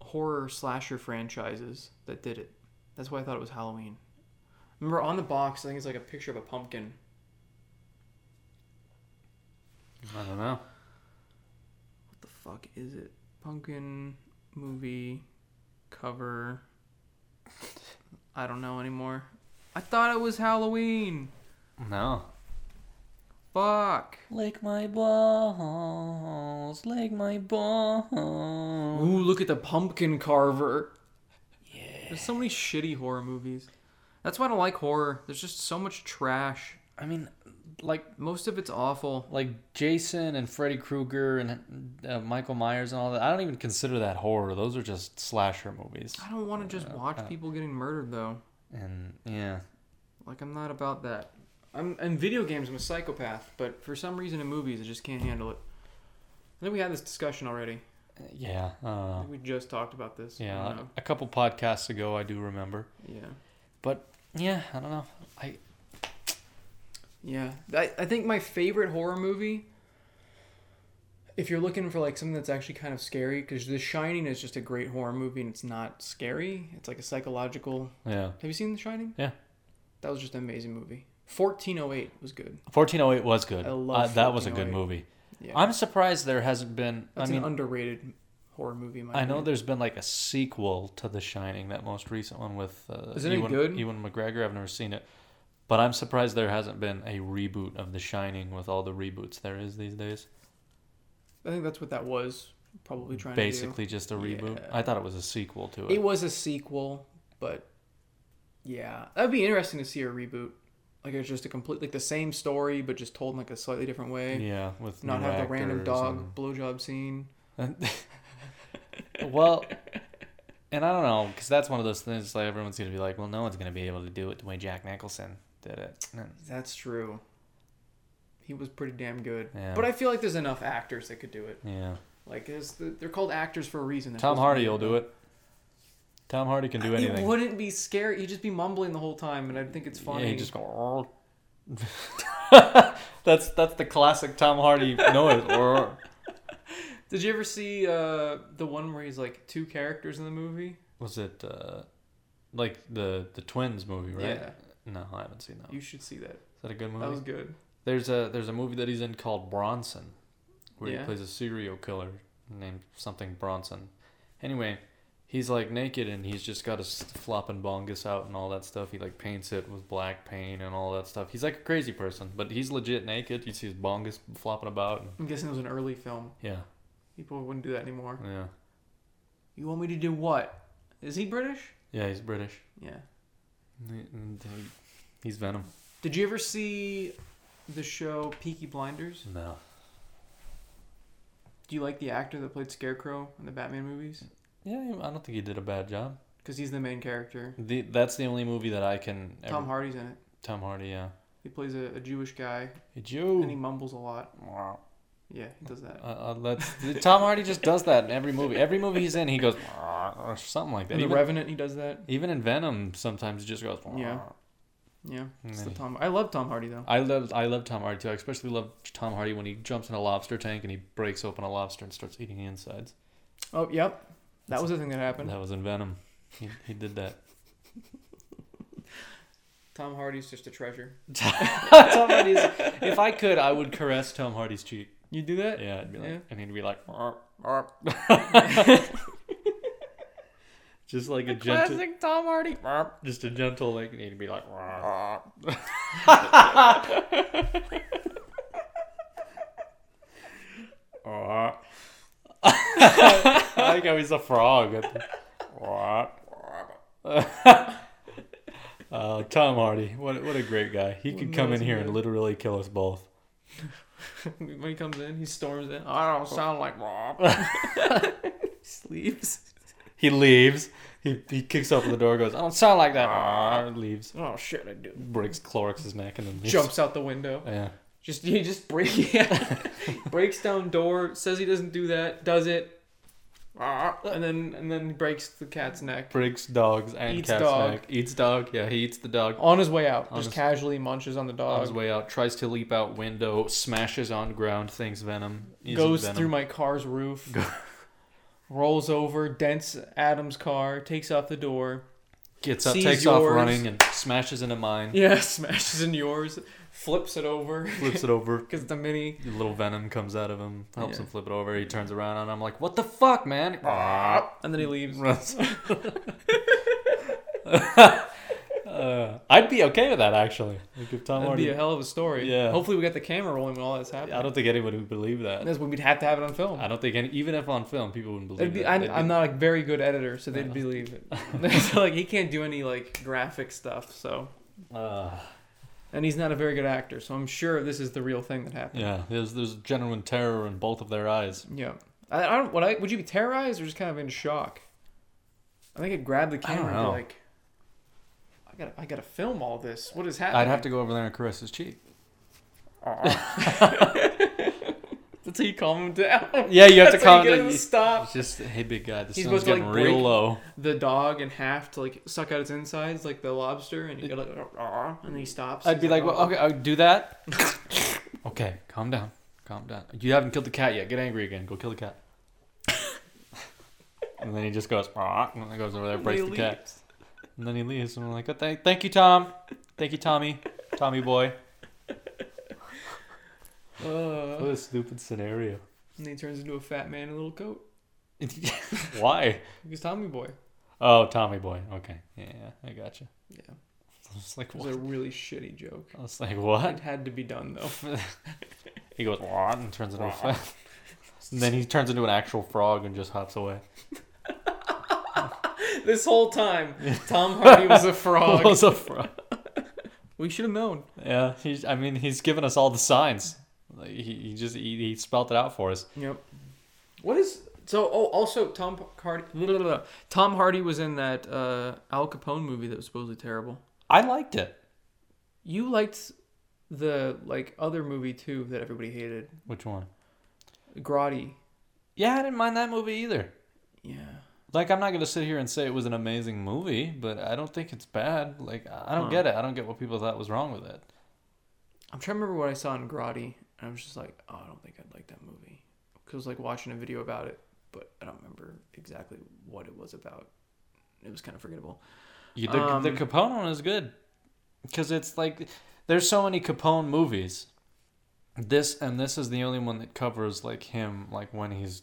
S1: horror slasher franchises that did it. That's why I thought it was Halloween. Remember on the box, I think it's like a picture of a pumpkin.
S2: I don't know.
S1: What the fuck is it? Pumpkin movie cover. I don't know anymore. I thought it was Halloween.
S2: No.
S1: Fuck.
S2: Lick my balls, lick my balls.
S1: Ooh, look at the pumpkin carver. Yeah. There's so many shitty horror movies. That's why I don't like horror. There's just so much trash.
S2: I mean, like
S1: Most of it's awful.
S2: like Jason and Freddy Krueger and uh, Michael Myers and all that. I don't even consider that horror. Those are just slasher movies.
S1: I don't want to just watch people getting murdered though.
S2: And yeah,
S1: Like I'm not about that. I'm in video games I'm a psychopath, but for some reason in movies I just can't handle it. I think we had this discussion already.
S2: yeah, I don't
S1: I
S2: know.
S1: think we just talked about this. I
S2: Yeah,
S1: don't know.
S2: a couple podcasts ago, I do remember.
S1: Yeah.
S2: But yeah, I don't know. I
S1: Yeah. I, I think my favorite horror movie, if you're looking for like something that's actually kind of scary, because The Shining is just a great horror movie and it's not scary. It's like a psychological.
S2: yeah,
S1: Have you seen The Shining?
S2: yeah.
S1: That was just an amazing movie. 1408 was good.
S2: 1408 was good.
S1: I love
S2: uh, that was a good
S1: 1408.
S2: movie.
S1: Yeah.
S2: I'm surprised there hasn't been.
S1: That's
S2: I mean,
S1: an underrated horror movie. In my
S2: I know
S1: opinion.
S2: there's been like a sequel to The Shining, that most recent one with uh,
S1: Isn't it
S2: Ewan,
S1: good?
S2: Ewan McGregor. I've never seen it, but I'm surprised there hasn't been a reboot of The Shining with all the reboots there is these days.
S1: I think that's what that was probably trying
S2: Basically, just a reboot.
S1: Yeah.
S2: I thought it was a sequel to
S1: to
S2: it.
S1: do. It was a sequel, but yeah, that'd be interesting to see a reboot. Like it's just a complete, like the same story, but just told in like a slightly different way.
S2: yeah, with
S1: Not
S2: new
S1: have the random
S2: actors
S1: dog blowjob scene.
S2: and- well, and I don't know because that's one of those things like everyone's gonna be like, well, no one's gonna be able to do it the way Jack Nicholson did it. And-
S1: That's true. He was pretty damn good.
S2: Yeah.
S1: But I feel like there's enough actors that could do it.
S2: Yeah,
S1: Like there's the, they're called actors for a reason. They're
S2: Tom
S1: supposed to
S2: Hardy
S1: be-
S2: will do it. Tom Hardy can do
S1: It
S2: anything.
S1: wouldn't be scary. He'd just be mumbling the whole time, and I'd think it's funny.
S2: Yeah, you just go. that's that's the classic Tom Hardy noise. "Arr."
S1: Did you ever see uh, the one where he's like two characters in the movie?
S2: Was it uh, like the the twins movie, right?
S1: Yeah.
S2: No, I haven't seen that. one.
S1: You
S2: Is
S1: should see that.
S2: that a good movie?
S1: That was good.
S2: There's a there's a movie that he's in called Bronson, where
S1: Yeah.
S2: he plays a serial killer named something Bronson. Anyway, he's like naked and he's just got his flopping bongus out and all that stuff. He like paints it with black paint and all that stuff. He's like a crazy person, but he's legit naked. You see his bongus flopping about. And,
S1: I'm guessing it was an early film.
S2: yeah,
S1: People wouldn't do that anymore.
S2: yeah.
S1: You want me to do what? Is he British?
S2: Yeah, he's British.
S1: Yeah.
S2: He's Venom.
S1: Did you ever see the show Peaky Blinders?
S2: No.
S1: Do you like the actor that played Scarecrow in the Batman movies?
S2: Yeah, I don't think he did a bad job.
S1: Because he's the main character.
S2: The, that's the only movie that I can. ever-
S1: Tom Hardy's in it.
S2: Tom Hardy, yeah.
S1: He plays a, a Jewish guy,
S2: Hey,
S1: and he
S2: Joe.
S1: mumbles a lot.
S2: Uh,
S1: Yeah, he does that.
S2: uh, that's, Tom Hardy just does that in every movie. Every movie he's in, he goes or something like that.
S1: In The
S2: Even,
S1: Revenant, he does that.
S2: even in Venom, sometimes he just goes.
S1: Yeah. Yeah, it's the
S2: Many.
S1: Tom. I love Tom Hardy though.
S2: I love I love Tom Hardy too. I especially love Tom Hardy when he jumps in a lobster tank and he breaks open a lobster and starts eating the insides.
S1: Oh, yep, that was the thing that happened.
S2: That was in Venom. He, he did that.
S1: Tom Hardy's just a treasure.
S2: Tom Hardy's. If I could, I would caress Tom Hardy's cheek.
S1: You do that?
S2: Yeah, I'd be like,
S1: Yeah.
S2: and he'd be like, "Arp, arp." just like a gentle,
S1: Classic Tom Hardy.
S2: arp, just a gentle, like, and he'd be like, "Arp." Arp. I like how he's a frog. at the- Arp. Uh, Tom Hardy, what what a great guy! He could come in
S1: amazing
S2: here
S1: guy.
S2: and literally kill us both.
S1: when he comes in, he storms in. I don't sound like Rob. Sleeps.
S2: He leaves. He, he kicks open the door, goes, I don't sound like that. and leaves.
S1: Oh shit, I do.
S2: Breaks Clorix's neck and then leaves.
S1: Jumps out the window.
S2: Yeah.
S1: Just he just break, yeah. breaks down door. Says he doesn't do that. Does it? And then and then breaks the cat's neck.
S2: Breaks dogs and
S1: Eats
S2: cat's
S1: dog.
S2: neck. Eats dog. Yeah, he eats the dog.
S1: On his way out,
S2: On
S1: just
S2: his-
S1: casually munches on the
S2: On
S1: dog.
S2: his way out, tries to leap out window, smashes on ground, thinks venom. Isn't
S1: goes
S2: venom.
S1: through my car's roof, rolls over, dents Adam's car, takes off the door,
S2: gets up,
S1: Sees
S2: takes off
S1: yours.
S2: running, and smashes into mine.
S1: Yeah, smashes in yours, flips it over
S2: Flips it over.
S1: because the mini.
S2: A little venom comes out of him, helps
S1: Yeah.
S2: him flip it over. He turns around, and I'm like, "What the fuck, man!" Ah,
S1: And then he leaves.
S2: runs. Uh, I'd be okay with that actually. Like if Tom
S1: That'd be
S2: Hardy,
S1: a hell of a story.
S2: Yeah.
S1: Hopefully, we got the camera rolling when all that's happening.
S2: I don't think anyone would believe that.
S1: That's when we'd have to have it on film.
S2: I don't think any, even if on film, people wouldn't believe
S1: It'd be,
S2: that.
S1: I'm,
S2: They'd be-
S1: I'm not a very good editor, so they'd believe it. so, like he can't do any like graphic stuff, so
S2: Uh,
S1: and he's not a very good actor, so I'm sure this is the real thing that happened.
S2: yeah, there's there's genuine terror in both of their eyes.
S1: Yeah, I, I don't. Would I? Would you be terrorized or just kind of in shock? I think I'd grab the
S2: I
S1: camera
S2: don't
S1: and be
S2: know.
S1: like, I gotta, I gotta film all this. What is happening?
S2: I'd have to go over there and caress his cheek.
S1: That's how you calm him down.
S2: Yeah, you have
S1: That's
S2: to
S1: how
S2: calm
S1: you get him
S2: down.
S1: to stop.
S2: It's just hey, big guy, the
S1: He's
S2: sun's
S1: supposed to,
S2: getting
S1: like,
S2: real
S1: break-
S2: low.
S1: the dog in half to like suck out its insides like the lobster and you go like "Arr," and then he stops.
S2: I'd
S1: He's
S2: be like,
S1: "Oh."
S2: well, okay, I'll do that. okay, calm down, calm down. You haven't killed the cat yet. Get angry again. Go kill the cat. and then he just goes, "Ah," and then goes over there,
S1: And then
S2: breaks
S1: he
S2: the cat,
S1: leaves.
S2: and then he leaves. And I'm like, oh, thank, thank you, Tom. Thank you, Tommy, Tommy boy.
S1: Uh,
S2: a stupid scenario.
S1: and he turns into a fat man in a little coat.
S2: Why?
S1: He's Tommy Boy.
S2: Oh, Tommy boy. Okay, yeah, yeah, I got you.
S1: Yeah,
S2: I was like,
S1: it was a
S2: what?
S1: really shitty joke.
S2: I was like,
S1: It
S2: what?
S1: had to be done though.
S2: He goes "Wah," and turns into a frog. and then he turns into an actual frog and just hops away.
S1: this whole time, Tom Hardy was a frog.
S2: was a frog.
S1: we should have known.
S2: Yeah, he's, I mean, he's given us all the signs. Like, he, he just he, he spelt it out for us.
S1: Yep. What is so? Oh, also Tom Hardy. blah, blah, blah. Tom Hardy was in that uh, Al Capone movie that was supposedly terrible.
S2: I liked it.
S1: You liked the like other movie too that everybody hated,
S2: Which one?
S1: Grotty.
S2: Yeah, I didn't mind that movie either.
S1: Yeah.
S2: Like, I'm not gonna sit here and say it was an amazing movie, but I don't think it's bad. Like, I don't get it. I don't get what people thought was wrong with it.
S1: I'm trying to remember what I saw in Grotty, and I was just like, oh, I don't think I'd like that movie. Because I was like watching a video about it, but I don't remember exactly what it was about. It was kind of forgettable.
S2: You, the, the
S1: Um,
S2: Capone one is good because it's like there's so many Capone movies. This and this is the only one that covers like him, like when he's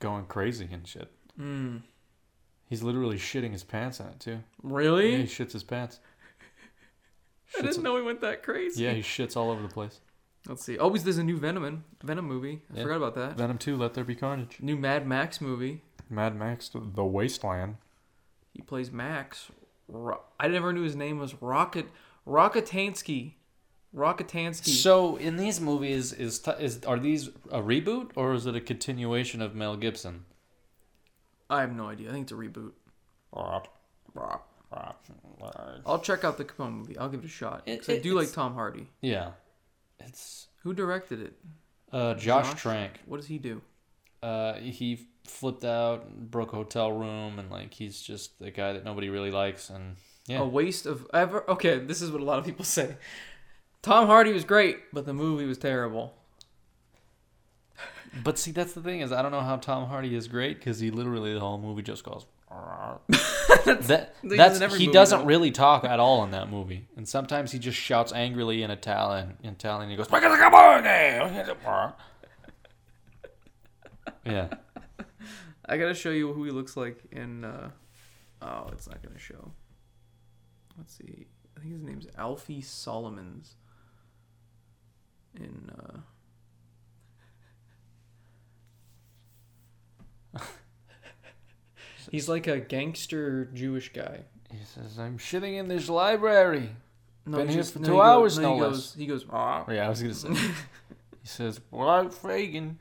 S2: going crazy and shit. He's literally shitting his pants in it too.
S1: Really?
S2: Yeah, he shits his pants.
S1: I
S2: Shits-
S1: didn't know he went that crazy.
S2: yeah, he shits all over the place.
S1: Let's see. Always there's a new Venom in, Venom movie. I
S2: Yeah.
S1: forgot about that.
S2: Venom 2, Let There Be Carnage.
S1: New Mad Max movie.
S2: Mad Max, The Wasteland.
S1: He plays Max. Ro- I never knew his name was Rocket Rocketansky. Rocketansky.
S2: So in these movies, is t- is are these a reboot or is it a continuation of Mel Gibson?
S1: I have no idea. I think it's a reboot. I'll check out the Capone movie. I'll give it a shot. 'Cause
S2: It-
S1: I
S2: it-
S1: do like
S2: it's-
S1: Tom Hardy.
S2: Yeah, it's
S1: Who directed it?
S2: Uh, Josh,
S1: Josh?
S2: Trank.
S1: What does he do?
S2: Uh, he flipped out, and broke a hotel room, and like he's just the guy that nobody really likes. And yeah,
S1: A waste of ever. Okay, this is what a lot of people say. Tom Hardy was great, but the movie was terrible.
S2: but see, that's the thing is I don't know how Tom Hardy is great because he literally the whole movie just goes. "Arr." that
S1: in
S2: that's
S1: every
S2: he
S1: movie,
S2: doesn't
S1: though.
S2: really talk at all in that movie, and sometimes he just shouts angrily in Italian. In Italian, he goes. yeah,
S1: I gotta show you who he looks like in. Uh... Oh, it's not gonna show. Let's see. I think his name's Alfie Solomons. In. Uh... He's like a gangster Jewish guy.
S2: he says, "I'm shitting in this library."
S1: No,
S2: Been
S1: he
S2: here
S1: just-
S2: for
S1: no,
S2: two
S1: he goes-
S2: hours,
S1: no, he
S2: no
S1: goes,
S2: less.
S1: He goes. "Ah."
S2: Oh, Yeah, I was gonna say. he says, "Well, I'm Reagan."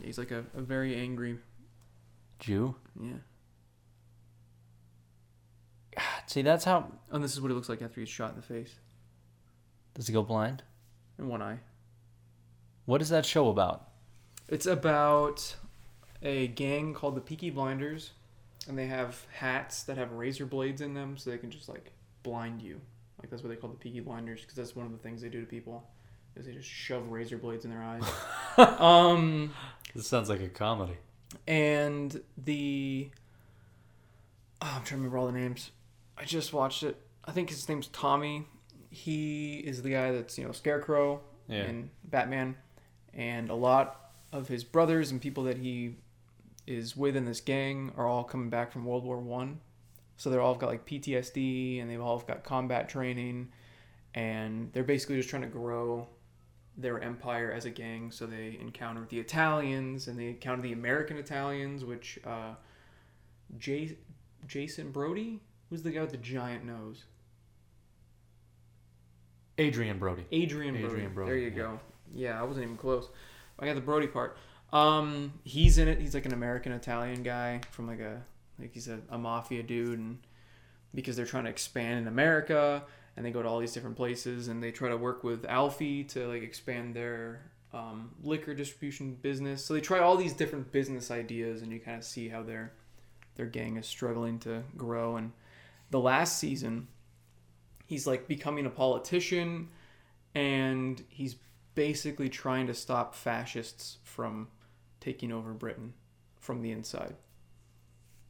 S1: He's like a, a very angry.
S2: Jew.
S1: Yeah.
S2: See, that's how.
S1: And this is what he looks like after he's shot in the face
S2: Does he go blind?
S1: in one eye.
S2: What is that show about?
S1: It's about a gang called the Peaky Blinders, and they have hats that have razor blades in them, so they can just like blind you. Like that's what they call the Peaky Blinders, because that's one of the things they do to people, is they just shove razor blades in their eyes. um,
S2: This sounds like a comedy.
S1: and the oh, I'm trying to remember all the names. I just watched it. I think his name's Tommy. He is the guy that's you know Scarecrow
S2: Yeah.
S1: and Batman, and a lot of his brothers and people that he is with in this gang are all coming back from World War One, so they're all got like PTSD and they've all got combat training, and they're basically just trying to grow their empire as a gang. So they encounter the Italians and they encounter the American Italians, which uh, J- Jason Brody was the guy with the giant nose.
S2: Adrian Brody.
S1: Adrian Brody.
S2: Adrian Brody,
S1: There you
S2: yeah.
S1: go. Yeah, I wasn't even close. I got the Brody part. Um, he's in it. He's like an American Italian guy from like a like he's a, a mafia dude, and because they're trying to expand in America, and they go to all these different places, and they try to work with Alfie to like expand their um, liquor distribution business. So they try all these different business ideas, and you kind of see how their their gang is struggling to grow. And the last season, he's like becoming a politician and he's basically trying to stop fascists from taking over Britain from the inside.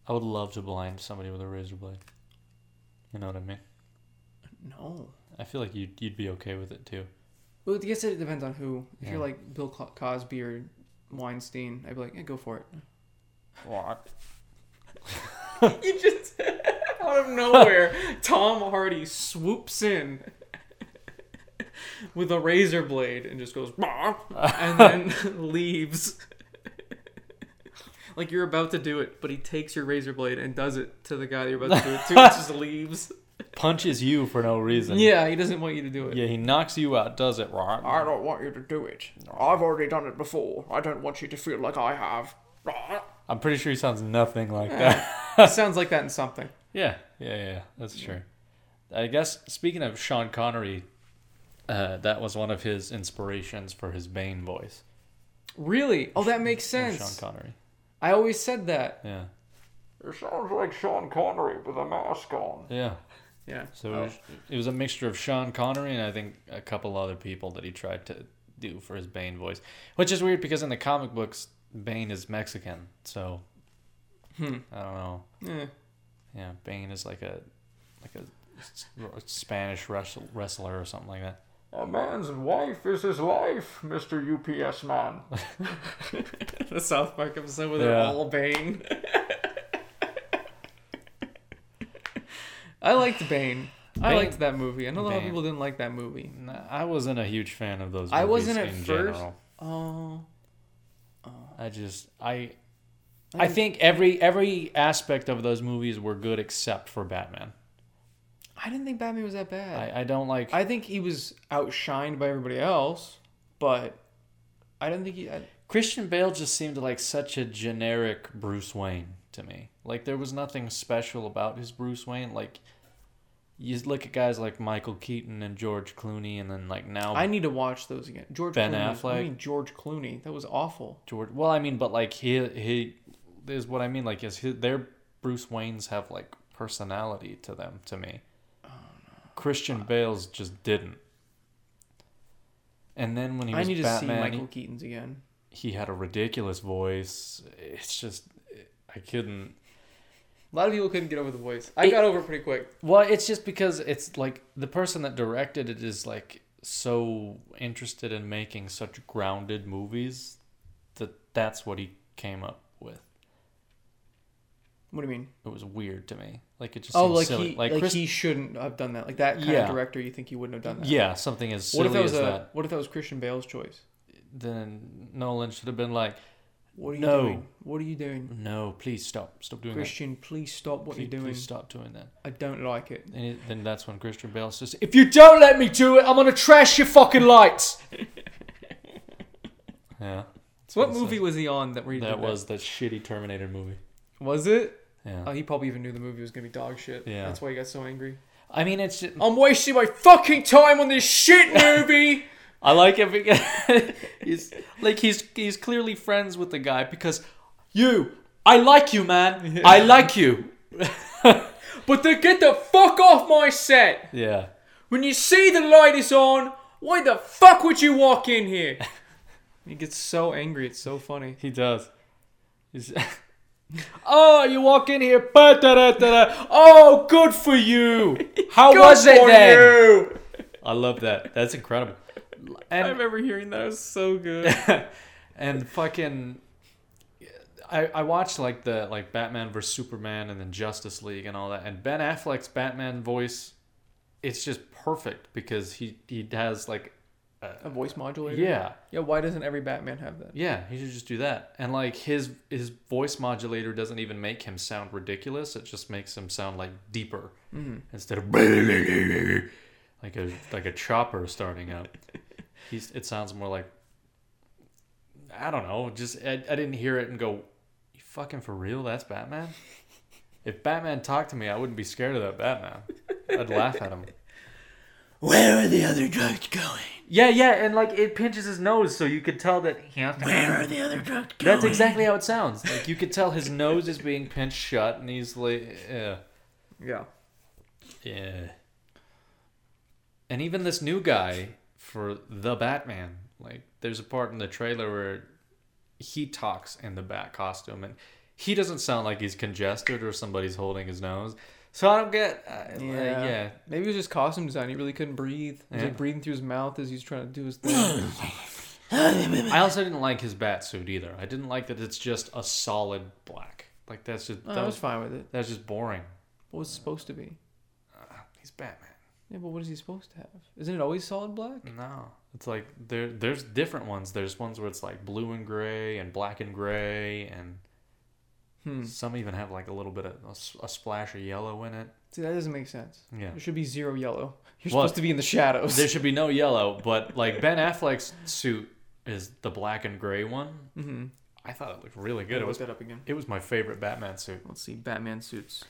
S2: I would love to blind somebody with a razor blade. You know what I mean?
S1: No.
S2: I feel like you'd, you'd be okay with it too.
S1: Well, I guess it depends on who. If
S2: Yeah.
S1: you're like Bill Co- Cosby or Weinstein, I'd be like, yeah, go for it.
S2: What?
S1: You just, out of nowhere, Tom Hardy swoops in with a razor blade and just goes, "Bah," and then leaves. Like you're about to do it, but he takes your razor blade and does it to the guy that you're about to do it to. and just leaves.
S2: Punches you for no reason.
S1: Yeah, he doesn't want you to do it.
S2: Yeah, he knocks you out, does it, right?
S1: I don't want you to do it. I've already done it before. I don't want you to feel like I have.
S2: I'm pretty sure he sounds nothing like that.
S1: Sounds like that in something.
S2: yeah, yeah, yeah, that's true. I guess, speaking of Sean Connery, uh, that was one of his inspirations for his Bane voice.
S1: Really? Oh, that makes
S2: was Sean
S1: sense.
S2: Connery.
S1: I always said that.
S2: Yeah.
S5: It sounds like Sean Connery with a mask on.
S2: Yeah.
S1: Yeah.
S2: So
S1: Oh.
S2: it, was, it was a mixture of Sean Connery and I think a couple other people that he tried to do for his Bane voice, which is weird because in the comic books, Bane is Mexican. So I don't know.
S1: Hmm. Yeah.
S2: Yeah, Bane is like a like a s- Spanish wrestle, wrestler or something like that.
S5: A man's wife is his life, Mr. UPS man.
S1: the South Park episode where they're
S2: Yeah.
S1: all Bane. I liked Bane. I
S2: Bane-
S1: liked that movie. I know a lot of
S2: Bane.
S1: people didn't like that movie.
S2: And I wasn't a huge fan of those. Movies
S1: I wasn't at
S2: in
S1: first.
S2: General.
S1: Oh,
S2: I just I. I think every every aspect of those movies were good except for Batman.
S1: I didn't think Batman was that bad.
S2: I, I don't like
S1: I think he was outshined by everybody else, but I didn't think he. I,
S2: Christian Bale just seemed like such a generic Bruce Wayne to me. Like there was nothing special about his Bruce Wayne. Like you look at guys like Michael Keaton and George Clooney, and then like now
S1: I need to watch those again. George
S2: Ben
S1: Clooney.
S2: Affleck.
S1: I mean George Clooney. That was awful.
S2: George. Well, I mean, but like he he is what I mean. Like is his, their Bruce Waynes have like personality to them to me. Christian Bale's just didn't. And then when he was
S1: I need to
S2: Batman,
S1: see
S2: he-
S1: Michael Keaton's again.
S2: he had a ridiculous voice. It's just I couldn't.
S1: A lot of people couldn't get over the voice. I
S2: It-
S1: got over it pretty quick.
S2: Well, it's just because it's like the person that directed it is like so interested in making such grounded movies that that's what he came up with.
S1: What do you mean?
S2: It was weird to me. Like it just
S1: Oh,
S2: seemed
S1: like
S2: silly.
S1: he
S2: like,
S1: like,
S2: Chris,
S1: he shouldn't have done that. Like that kind
S2: Yeah.
S1: of director, you think he wouldn't have done that?
S2: yeah, something as silly
S1: What if that was
S2: as
S1: a,
S2: that.
S1: What if that was Christian Bale's choice?
S2: Then Nolan should have been like,
S1: What are you
S2: No.
S1: doing? What are you doing,
S2: "No, please stop, stop doing
S1: Christian? Please stop what
S2: that. Please,
S1: you're doing.
S2: please stop doing that."
S1: I don't like it.
S2: And it, then that's when Christian Bale says, "If you don't let me do it, I'm gonna trash your fucking lights." yeah. That's
S1: What
S2: he
S1: movie
S2: says.
S1: was he on that? Where he did
S2: That was that shitty Terminator movie.
S1: Was it?
S2: Yeah.
S1: Oh, he probably even knew the movie was gonna be dog shit.
S2: Yeah.
S1: That's why he got so angry.
S2: I mean, it's.
S1: I'm wasting my fucking time on this shit movie.
S2: I like it because he's like he's he's clearly friends with the guy because you. I like you, man. I like you.
S1: but then get the fuck off my set.
S2: Yeah.
S1: When you see the light is on, why the fuck would you walk in here? he gets so angry. It's so funny.
S2: He does. He's, Oh, you walk in here. ba-da-da-da-da. Oh, good for you. How was it then?
S1: you?
S2: I love that. That's incredible.
S1: I
S2: And
S1: remember hearing that. It was so good.
S2: and fucking I, I watched like the like Batman vs Superman and then Justice League and all that and Ben Affleck's Batman voice it's just perfect because he he has like
S1: A voice modulator.
S2: yeah
S1: Yeah. Why doesn't every Batman have that?
S2: yeah he should just do that and like his his voice modulator doesn't even make him sound ridiculous it just makes him sound like deeper instead of like a like a chopper starting up he's it sounds more like I don't know. Just I, I didn't hear it and go, "You fucking for real? That's Batman." If Batman talked to me, I wouldn't be scared of that Batman. I'd laugh at him.
S4: Where are the other drugs going?
S2: Yeah, yeah, and like it pinches his nose, so you could tell that
S4: Where are the other drugs going?
S2: that's exactly how it sounds. Like you could tell his nose is being pinched shut, and he's like, yeah,
S1: Yeah.
S2: yeah. And even this new guy for the Batman, like there's a part in the trailer where he talks in the bat costume, and he doesn't sound like he's congested or somebody's holding his nose. So I don't get, uh, yeah. yeah,
S1: Maybe it was just costume design. He really couldn't breathe. He was like breathing through his mouth as he's trying to do his thing.
S2: I also didn't like his bat suit either. I didn't like that it's just a solid black. Like Oh, that's just
S1: No,
S2: that
S1: I
S2: was
S1: was fine with it.
S2: that's just boring.
S1: What was it supposed to be?
S2: He's Batman.
S1: Yeah, but what is he supposed to have? Isn't it always solid black?
S2: No, it's like there there's different ones. There's ones where it's like blue and gray and black and gray and some even have like a little bit of a, s- a splash of yellow in it.
S1: See, that doesn't make sense.
S2: Yeah.
S1: There should be zero yellow. You're
S2: Well,
S1: supposed to be in the shadows.
S2: There should be no yellow, but like Ben Affleck's suit is the black and gray one. Mm-hmm. I thought it looked really good. It was
S1: that up again.
S2: it was my favorite Batman suit.
S1: Let's see, Batman suits.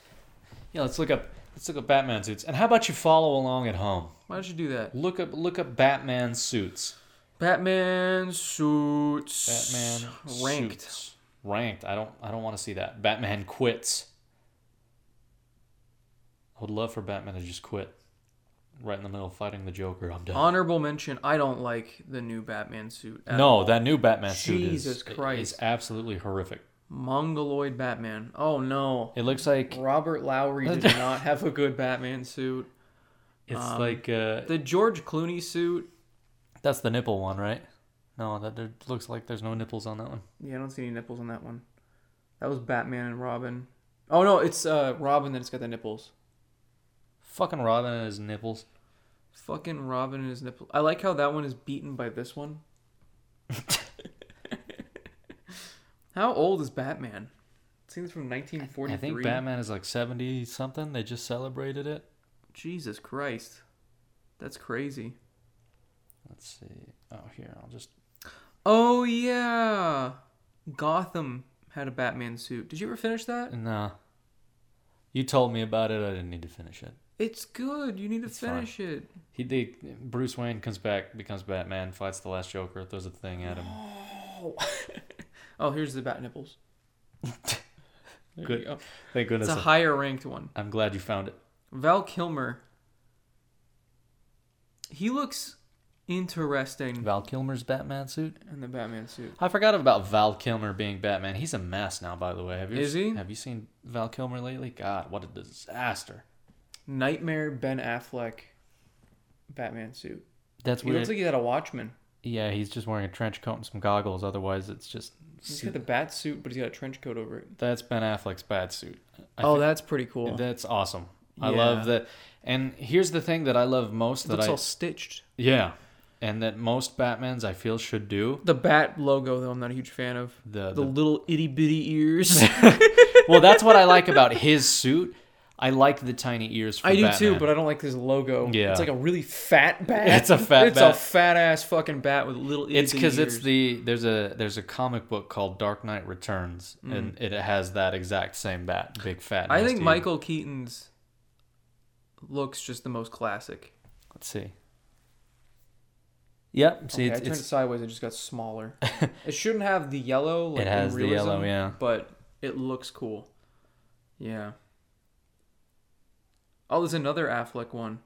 S2: Yeah, let's look up let's look up Batman suits. And how about you follow along at home?
S1: Why don't you do that?
S2: Look up look up Batman suits.
S1: Batman suits.
S2: Batman
S1: ranked.
S2: suits. Ranked. I don't I don't want to see that. Batman quits. I would love for Batman to just quit. Right in the middle of fighting the Joker. I'm done.
S1: Honorable mention. I don't like the new Batman suit. at all.
S2: no, that new Batman suit is,
S1: Jesus Christ.
S2: is absolutely horrific.
S1: Mongoloid Batman. Oh no.
S2: It looks like
S1: Robert Lowry did not have a good Batman suit.
S2: it's
S1: Um,
S2: like uh,
S1: The George Clooney suit.
S2: that's the nipple one, right? No, that there looks like there's no nipples on that one.
S1: Yeah, I don't see any nipples on that one. That was Batman and Robin. Oh no, it's uh Robin that's got the nipples.
S2: Fucking Robin and his nipples.
S1: Fucking Robin and his nipples. I like how that one is beaten by this one. how old is Batman? It seems from 1943.
S2: I think Batman is like 70 something. They just celebrated it.
S1: Jesus Christ. That's crazy.
S2: Let's see. Oh, here, I'll just
S1: Oh yeah. Gotham had a Batman suit. Did you ever finish that?
S2: No. You told me about it. I didn't need to finish it.
S1: It's good. You need to
S2: fine.
S1: finish it.
S2: He they, Bruce Wayne comes back, becomes Batman, fights the last Joker, throws a thing at him.
S1: Oh, here's the bat nipples.
S2: Good.
S1: go.
S2: Thank
S1: It's
S2: goodness.
S1: a higher ranked one.
S2: I'm glad you found it.
S1: Val Kilmer. He looks interesting
S2: Val Kilmer's Batman suit.
S1: in the Batman suit.
S2: I forgot about Val Kilmer being Batman. He's a mess now, by the way. Have you
S1: Is he?
S2: Have you seen Val Kilmer lately? God, what a disaster.
S1: Nightmare Ben Affleck Batman suit.
S2: That's
S1: He
S2: weird.
S1: looks like he had a Watchman.
S2: yeah, he's just wearing a trench coat and some goggles. Otherwise, it's just.
S1: He's got the bat suit, but he's got a trench coat over it.
S2: That's Ben Affleck's bad suit. I
S1: oh,
S2: thi-
S1: that's pretty cool.
S2: that's awesome. I
S1: Yeah.
S2: love that. And here's the thing that I love most that
S1: looks
S2: I
S1: all stitched.
S2: Yeah. And that most Batmans I feel should do.
S1: The bat logo, though, I'm not a huge fan of.
S2: The-
S1: the
S2: the-
S1: little itty bitty ears.
S2: Well, that's what I like about his suit. I like the tiny ears for
S1: I do
S2: Batman.
S1: too, but I don't like this logo.
S2: Yeah.
S1: it's like a really fat bat.
S2: It's a fat
S1: It's a
S2: bat.
S1: fat ass fucking bat with little. itty
S2: it's because
S1: bitty
S2: it's
S1: ears.
S2: the there's a there's a comic book called Dark Knight Returns, and it has that exact same bat, big fat.
S1: Mm. I think
S2: nasty-
S1: Michael Keaton's looks just the most classic.
S2: Let's see. Yep. See,
S1: Yeah, I
S2: it's,
S1: turned it
S2: it's
S1: sideways; it just got smaller. it shouldn't have the yellow. Like,
S2: It has
S1: in
S2: the
S1: realism,
S2: yellow, yeah.
S1: but it looks cool. Yeah. Oh, there's another Affleck one.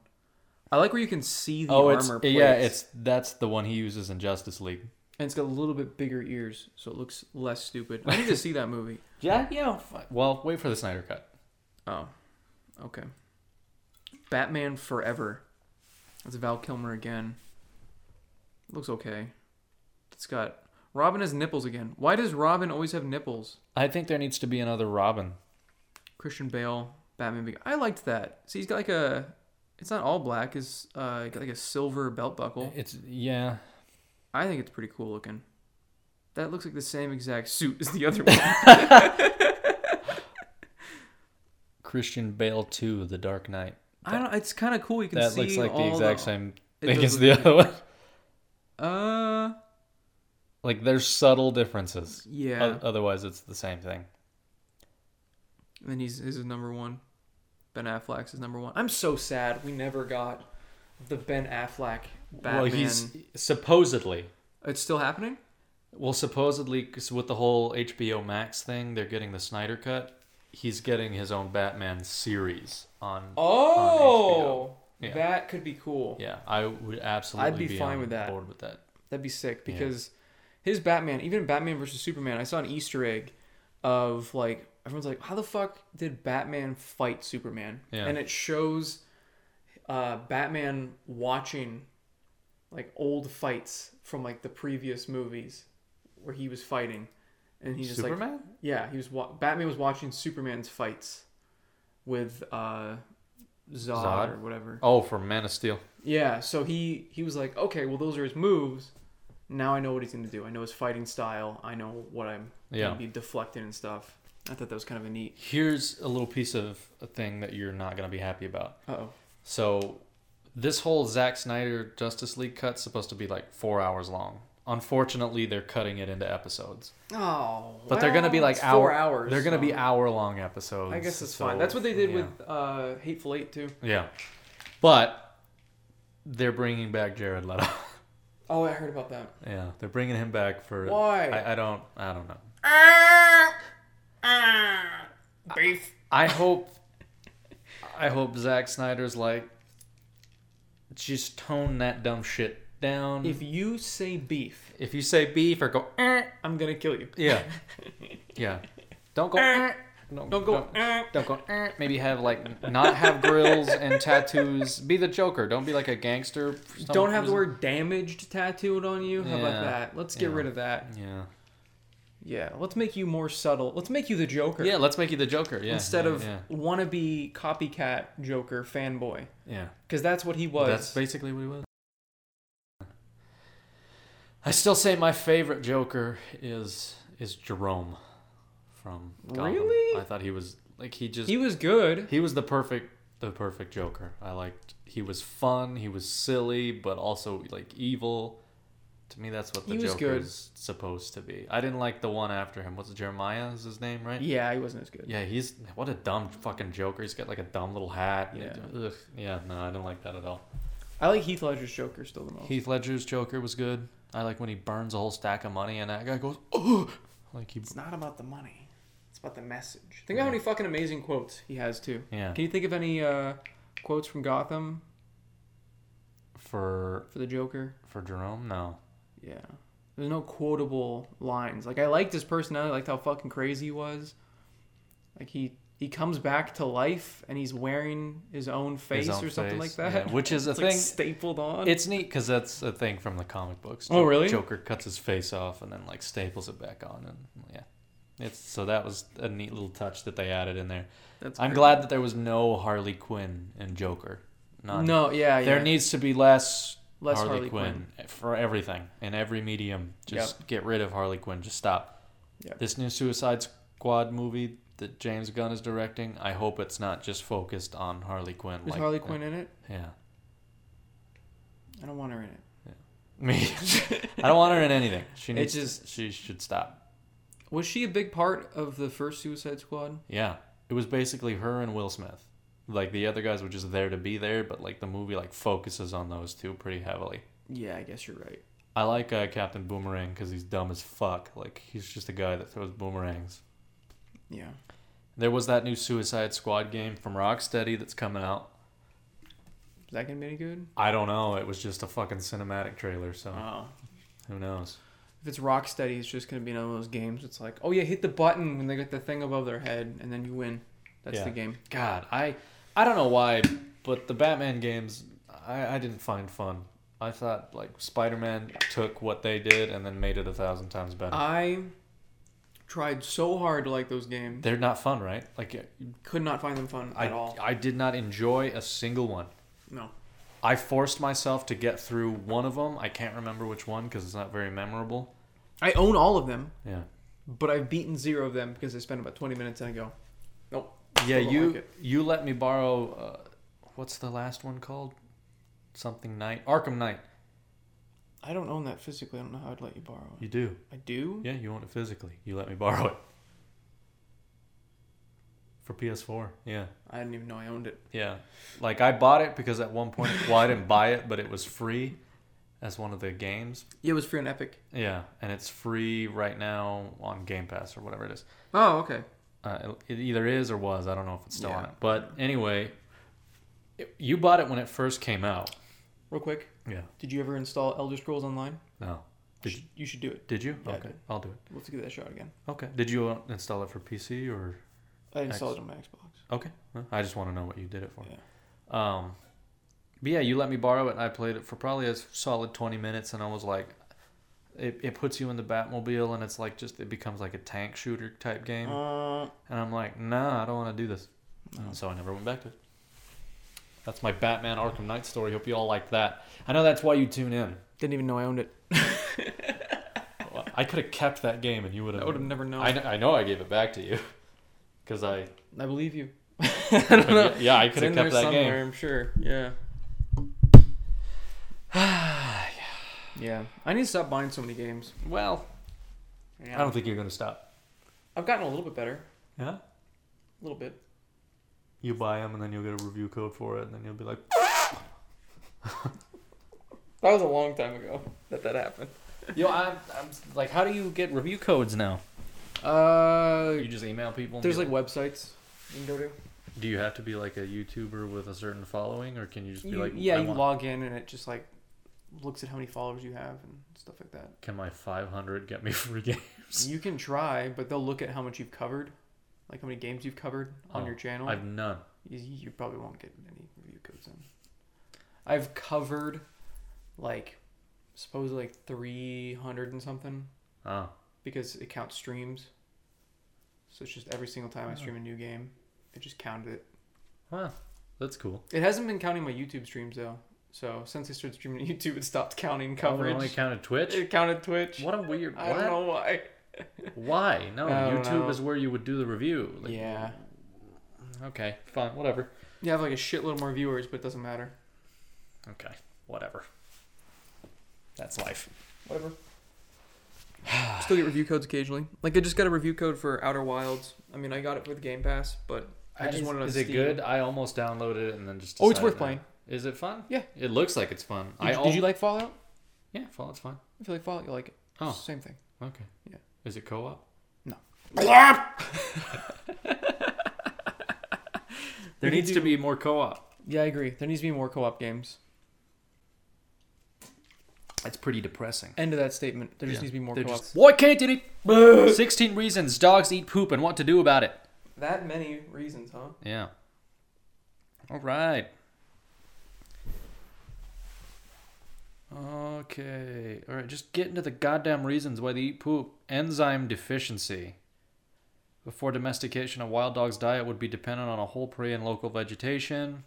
S1: I like where you can see the
S2: oh,
S1: armor.
S2: it's
S1: plates.
S2: yeah, it's that's the one he uses in Justice League.
S1: And it's got a little bit bigger ears, so it looks less stupid. I need to see that movie.
S2: Yeah, yeah. fi- Well, wait for the Snyder cut.
S1: Oh, okay. Batman Forever. That's Val Kilmer again. Looks okay. It's got Robin has nipples again. Why does Robin always have nipples?
S2: I think there needs to be another Robin.
S1: Christian Bale, Batman. Be- I liked that. See, he's got like a. It's not all black. Is uh, he's got like a silver belt buckle.
S2: It's yeah.
S1: I think it's pretty cool looking. That looks like the same exact suit as the other one.
S2: Christian Bale 2, The Dark Knight.
S1: I don't. It's kind of cool. You can
S2: That
S1: see
S2: looks like the
S1: all
S2: exact same
S1: It
S2: thing
S1: does look
S2: as the
S1: like-
S2: other one.
S1: Uh,
S2: Like there's subtle differences.
S1: Yeah.
S2: O- otherwise, it's the same thing.
S1: And then he's his number one. Ben Affleck's is number one. I'm so sad we never got the Ben Affleck Batman.
S2: Well, he's supposedly.
S1: It's still happening.
S2: Well, supposedly, 'cause with the whole HBO Max thing, they're getting the Snyder cut. He's getting his own Batman series on.
S1: Oh,
S2: Yeah.
S1: that could be cool.
S2: Yeah, I would absolutely.
S1: be fine
S2: on
S1: with that.
S2: Board with that.
S1: That'd be sick because his Batman, even Batman versus Superman, I saw an Easter egg of like everyone's like, how the fuck did Batman fight Superman?
S2: Yeah.
S1: And it shows uh, Batman watching like old fights from like the previous movies where he was fighting, and he just like
S2: Superman.
S1: yeah he was wa- Batman was watching Superman's fights with uh, Zod,
S2: Zod?
S1: or whatever.
S2: oh, from Man of Steel.
S1: Yeah, so he he was like, okay, well those are his moves. Now I know what he's gonna do. I know his fighting style. I know what I'm
S2: Yeah.
S1: gonna be deflecting and stuff. I thought that was kind of a neat.
S2: Here's a little piece of a thing that you're not gonna be happy about.
S1: Uh oh.
S2: So, this whole Zack Snyder Justice League cut's supposed to be like four hours long. Unfortunately, they're cutting it into episodes.
S1: Oh.
S2: But they're gonna be like hour,
S1: four hours.
S2: They're gonna be
S1: so
S2: hour long episodes.
S1: I guess it's
S2: so,
S1: fine. That's what they did
S2: yeah.
S1: with uh, Hateful Eight too.
S2: Yeah, but they're bringing back Jared Leto.
S1: Oh, I heard about that.
S2: yeah, they're bringing him back for
S1: Why? Uh,
S2: I, I don't. I don't know.
S4: Beef.
S2: I hope. I hope Zack Snyder's like, just tone that dumb shit down.
S1: If
S2: If,
S1: you say beef,
S2: if you say beef or go, "Eh,"
S1: I'm gonna kill you.
S2: yeah, yeah, don't go. "Eh." Don't,
S1: Don't go.
S2: Don't, don't go. "Eh." Maybe have like not have grills and tattoos. Be the Joker. Don't be like a gangster. for some
S1: Don't have the
S2: reason.
S1: word damaged tattooed on you. How
S2: Yeah.
S1: about that? Let's get
S2: Yeah.
S1: rid of that.
S2: Yeah.
S1: Yeah. Let's make you more subtle. Let's make you the Joker.
S2: Yeah, let's make you the Joker. Yeah.
S1: instead
S2: yeah,
S1: of
S2: yeah,
S1: wannabe copycat Joker fanboy,
S2: yeah,
S1: because that's what he was.
S2: that's basically what he was. I still say my favorite Joker is is Jerome from Gotham.
S1: Really?
S2: I thought he was like he just
S1: he
S2: he,
S1: was good.
S2: was the perfect the perfect Joker. I liked he was fun, he was silly, but also like evil. To me, that's what the
S1: He was
S2: Joker
S1: good.
S2: is supposed to be. I didn't like the one after him. What's it, Jeremiah? Is his name right?
S1: Yeah, he wasn't as good.
S2: Yeah, he's what a dumb fucking joker. He's got like a dumb little hat.
S1: Yeah.
S2: Ugh. yeah. No, I didn't like that at all.
S1: I like Heath Ledger's Joker still the most.
S2: Heath Ledger's Joker was good. I like when he burns a whole stack of money and that guy goes, oh, like he.
S1: it's not about the money; it's about the message. Think how many fucking amazing quotes he has too.
S2: Yeah.
S1: Can you think of any uh, quotes from Gotham
S2: For
S1: for the Joker?
S2: for Jerome, no.
S1: Yeah. There's no quotable lines. Like I liked his personality, I liked how fucking crazy he was. Like he he comes back to life and he's wearing his own face
S2: His own
S1: or something
S2: face,
S1: like that.
S2: yeah, which is a
S1: It's like
S2: thing.
S1: stapled on.
S2: It's neat because that's a thing from the comic books.
S1: Oh,
S2: Jo-
S1: really?
S2: Joker cuts his face off and then like staples it back on, and yeah, it's so that was a neat little touch that they added in there.
S1: That's
S2: I'm
S1: pretty-
S2: glad that there was no Harley Quinn and Joker. None.
S1: No, yeah,
S2: There
S1: yeah.
S2: needs to be less,
S1: Less
S2: Harley,
S1: Harley
S2: Quinn, for everything in every medium. Just get rid of Harley Quinn. Just stop.
S1: Yep.
S2: This new Suicide Squad movie that James Gunn is directing, I hope it's not just focused on Harley Quinn.
S1: Is Harley Quinn in it?
S2: Yeah.
S1: I don't want her in it.
S2: Me. I don't want her in anything. She
S1: It's
S2: needs just she should stop.
S1: Was she a big part of the first Suicide Squad?
S2: Yeah. It was basically her and Will Smith. Like the other guys were just there to be there, but like the movie like focuses on those two pretty heavily.
S1: Yeah, I guess you're right.
S2: I like uh, Captain Boomerang because he's dumb as fuck. Like he's just a guy that throws boomerangs.
S1: Yeah.
S2: There was that new Suicide Squad game from Rocksteady that's coming out.
S1: Is that gonna be any good? Uh-huh.
S2: I don't know. It was just a fucking cinematic trailer, so
S1: Oh.
S2: who knows?
S1: if it's Rocksteady, it's just gonna be another one of those games. It's like, oh yeah, hit the button when they get the thing above their head, and then you win. That's
S2: Yeah.
S1: the game.
S2: God, I I don't know why, but the Batman games I, I didn't find fun. I thought like Spider Man took what they did and then made it a thousand times better.
S1: I tried so hard to like those games,
S2: They're not fun, right? Like
S1: could not find them fun
S2: I
S1: at all.
S2: I did not enjoy a single one.
S1: No.
S2: I forced myself to get through one of them. I can't remember which one because it's not very memorable.
S1: I own all of them,
S2: Yeah.
S1: but I've beaten zero of them because I spent about 20 minutes and I go, nope.
S2: Yeah,
S1: still don't
S2: you
S1: like it.
S2: you let me borrow. Uh, what's the last one called? Something Knight. Arkham Knight.
S1: I don't own that physically. I don't know how I'd let you borrow it.
S2: You do.
S1: I do?
S2: Yeah, you own it physically. You let me borrow it for PS4. Yeah,
S1: I didn't even know I owned it.
S2: yeah. Like I bought it because at one point, well, I didn't buy it, but it was free as one of the games.
S1: Yeah, it was free on Epic.
S2: Yeah, and it's free right now on Game Pass or whatever it is.
S1: Oh, okay.
S2: uh, it either is or was. I don't know if it's still on
S1: Yeah.
S2: it. But anyway, it, you bought it when it first came out.
S1: Real quick,
S2: Yeah.
S1: did you ever install Elder Scrolls Online?
S2: No.
S1: You
S2: Did
S1: should, you should do it.
S2: Oh. Did you?
S1: Yeah, I
S2: okay.
S1: did.
S2: I'll do it.
S1: Let's give that a shot again.
S2: Okay. Did you uh, install it for PC or?
S1: I installed it on my Xbox.
S2: Okay. Well, I just want to know what you did it for.
S1: Yeah.
S2: Um, but yeah, you let me borrow it. and I played it for probably a solid twenty minutes, and I was like, it, it puts you in the Batmobile, and it's like just it becomes like a tank shooter type game,
S1: Uh,
S2: and I'm like, nah, I don't want to do this. And so I never went back to it. That's my Batman Arkham Knight story. Hope you all liked that. I know that's why you tune in.
S1: didn't even know I owned it.
S2: I could have kept that game, and you would have.
S1: I would have never known.
S2: I, kn- I know I gave it back to you, because I.
S1: I believe you. I don't know.
S2: Yeah, I
S1: It's
S2: could have
S1: in
S2: kept
S1: there
S2: that game.
S1: I'm sure. Yeah. yeah. I need to stop buying so many games.
S2: Well,
S1: Yeah.
S2: I don't think you're gonna stop.
S1: I've gotten a little bit better.
S2: Yeah.
S1: A little bit.
S2: You buy them, and then you'll get a review code for it, and then you'll be like,
S1: That was a long time ago that that happened.
S2: "Yo, I'm, I'm like, how do you get review codes now?
S1: Uh,
S2: You just email people. and
S1: there's
S2: be
S1: like websites you can go to.
S2: do you have to be like a YouTuber with a certain following, or can you just be
S1: You-
S2: like,
S1: yeah,
S2: I
S1: you
S2: want-
S1: log in and it just like looks at how many followers you have and stuff like that.
S2: Can my 500 get me free games?
S1: You can try, but they'll look at how much you've covered, like how many games you've covered on
S2: Oh,
S1: your channel.
S2: I've none.
S1: you, you probably won't get any review codes in. I've covered like suppose like 300 and something
S2: Oh,
S1: because it counts streams. So it's just every single
S2: Oh.
S1: time I stream a new game, it just counted it.
S2: huh. That's cool.
S1: It hasn't been counting my YouTube streams though. So since I started streaming to YouTube, it stopped counting
S2: Oh, it
S1: coverage.
S2: only counted Twitch.
S1: It counted Twitch.
S2: What a weird.
S1: I
S2: what?
S1: don't know why.
S2: Why? No,
S1: I don't
S2: YouTube
S1: know.
S2: is where you would do the review. Like,
S1: Yeah.
S2: Okay. Fine. Whatever.
S1: You have like a shitload more viewers, but it doesn't matter.
S2: Okay. Whatever. That's life.
S1: Whatever. Still get review codes occasionally. Like I just got a review code for Outer Wilds. I mean, I got it with Game Pass, but I just
S2: is,
S1: wanted.
S2: Is
S1: Steam.
S2: it good? I almost downloaded it and then just.
S1: Oh, it's
S2: decided
S1: worth
S2: not.
S1: playing.
S2: Is it fun?
S1: Yeah.
S2: It looks like it's fun.
S1: Did,
S2: I
S1: you-
S2: al-
S1: did you like Fallout?
S2: Yeah, Fallout's fun.
S1: If you like Fallout, you will like it.
S2: Oh.
S1: Same thing.
S2: Okay.
S1: Yeah.
S2: Is it co-op?
S1: No.
S2: there needs to be more co-op.
S1: Yeah, I agree. There needs to be more co-op games.
S2: That's pretty depressing.
S1: End of that statement. There just needs to be more
S2: They're
S1: co-op.
S2: just, Why can't it eat? 16 reasons dogs eat poop and what to do about it.
S1: That many reasons, huh?
S2: Yeah. All right. Okay. All right. Just get into the goddamn reasons why they eat poop. Enzyme deficiency. Before domestication, a wild dog's diet would be dependent on a whole prey and local vegetation.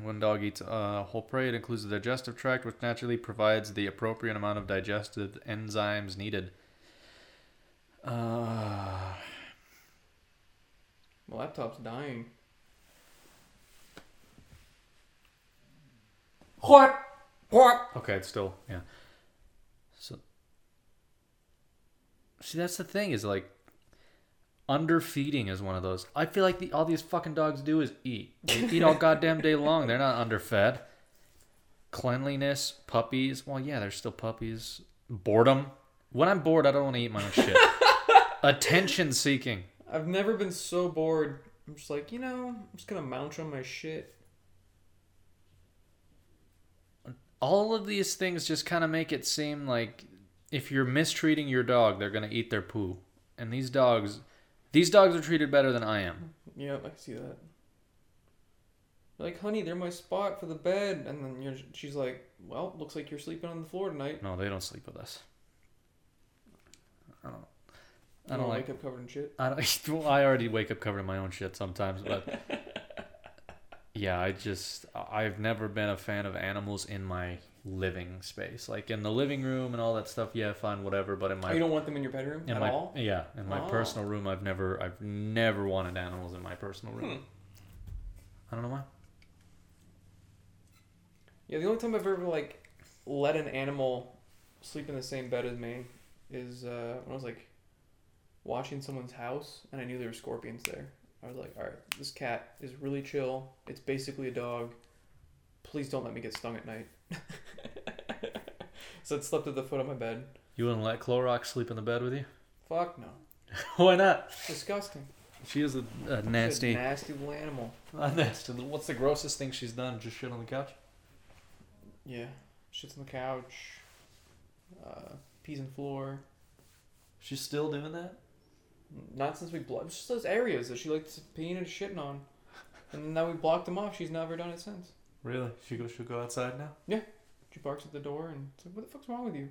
S2: When dog eats a whole prey, it includes the digestive tract, which naturally provides the appropriate amount of digestive enzymes needed. Uh,
S1: My laptop's dying.
S4: What? What?
S2: Okay, it's still yeah. So see, that's the thing is like underfeeding is one of those. I feel like the, all these fucking dogs do is eat. They eat all goddamn day long. They're not underfed. Cleanliness, puppies. Well, yeah, they're still puppies. Boredom. When I'm bored, I don't want to eat my own shit. Attention seeking.
S1: I've never been so bored. I'm just like, you know, I'm just gonna mount on my shit.
S2: all of these things just kind of make it seem like if you're mistreating your dog, they're gonna eat their poo. And these dogs, these dogs are treated better than I am.
S1: Yeah, I can see that. Like, honey, they're my spot for the bed, and then you're, she's like, "Well, looks like you're sleeping on the floor tonight."
S2: No, they don't sleep with us. I don't. I
S1: You
S2: don't
S1: wanna
S2: like.
S1: wake up covered in shit.
S2: I don't. Well, I already wake up covered in my own shit sometimes, but. Yeah, I just I- I've never been a fan of animals in my living space, like in the living room and all that stuff. Yeah, fine, whatever. But in my
S1: Oh, you don't want them in your bedroom
S2: in
S1: at
S2: my
S1: all.
S2: yeah in my
S1: Oh.
S2: personal room i've never i've never wanted animals in my personal room i don't know why
S1: Yeah, the only time I've ever like let an animal sleep in the same bed as me is uh, when I was like watching someone's house and I knew there were scorpions there. I was like, all right, this cat is really chill. It's basically a dog. Please don't let me get stung at night. so it slept at the foot of my bed.
S2: you wouldn't let clorox sleep in the bed with you
S1: Fuck no.
S2: why not
S1: Disgusting.
S2: she is a, a nasty
S1: She's a nasty little animal.
S2: a nasty little- what's the grossest thing she's done just shit on the couch
S1: Yeah. Shits on the couch. Uh, pees on the floor.
S2: she's still doing that
S1: Not since we blocked. Just those areas that she likes peeing and shitting on. And now we blocked them off. She's never done it since.
S2: really she go she'll go outside now
S1: She barks at the door and it's like, what the fuck's wrong with you?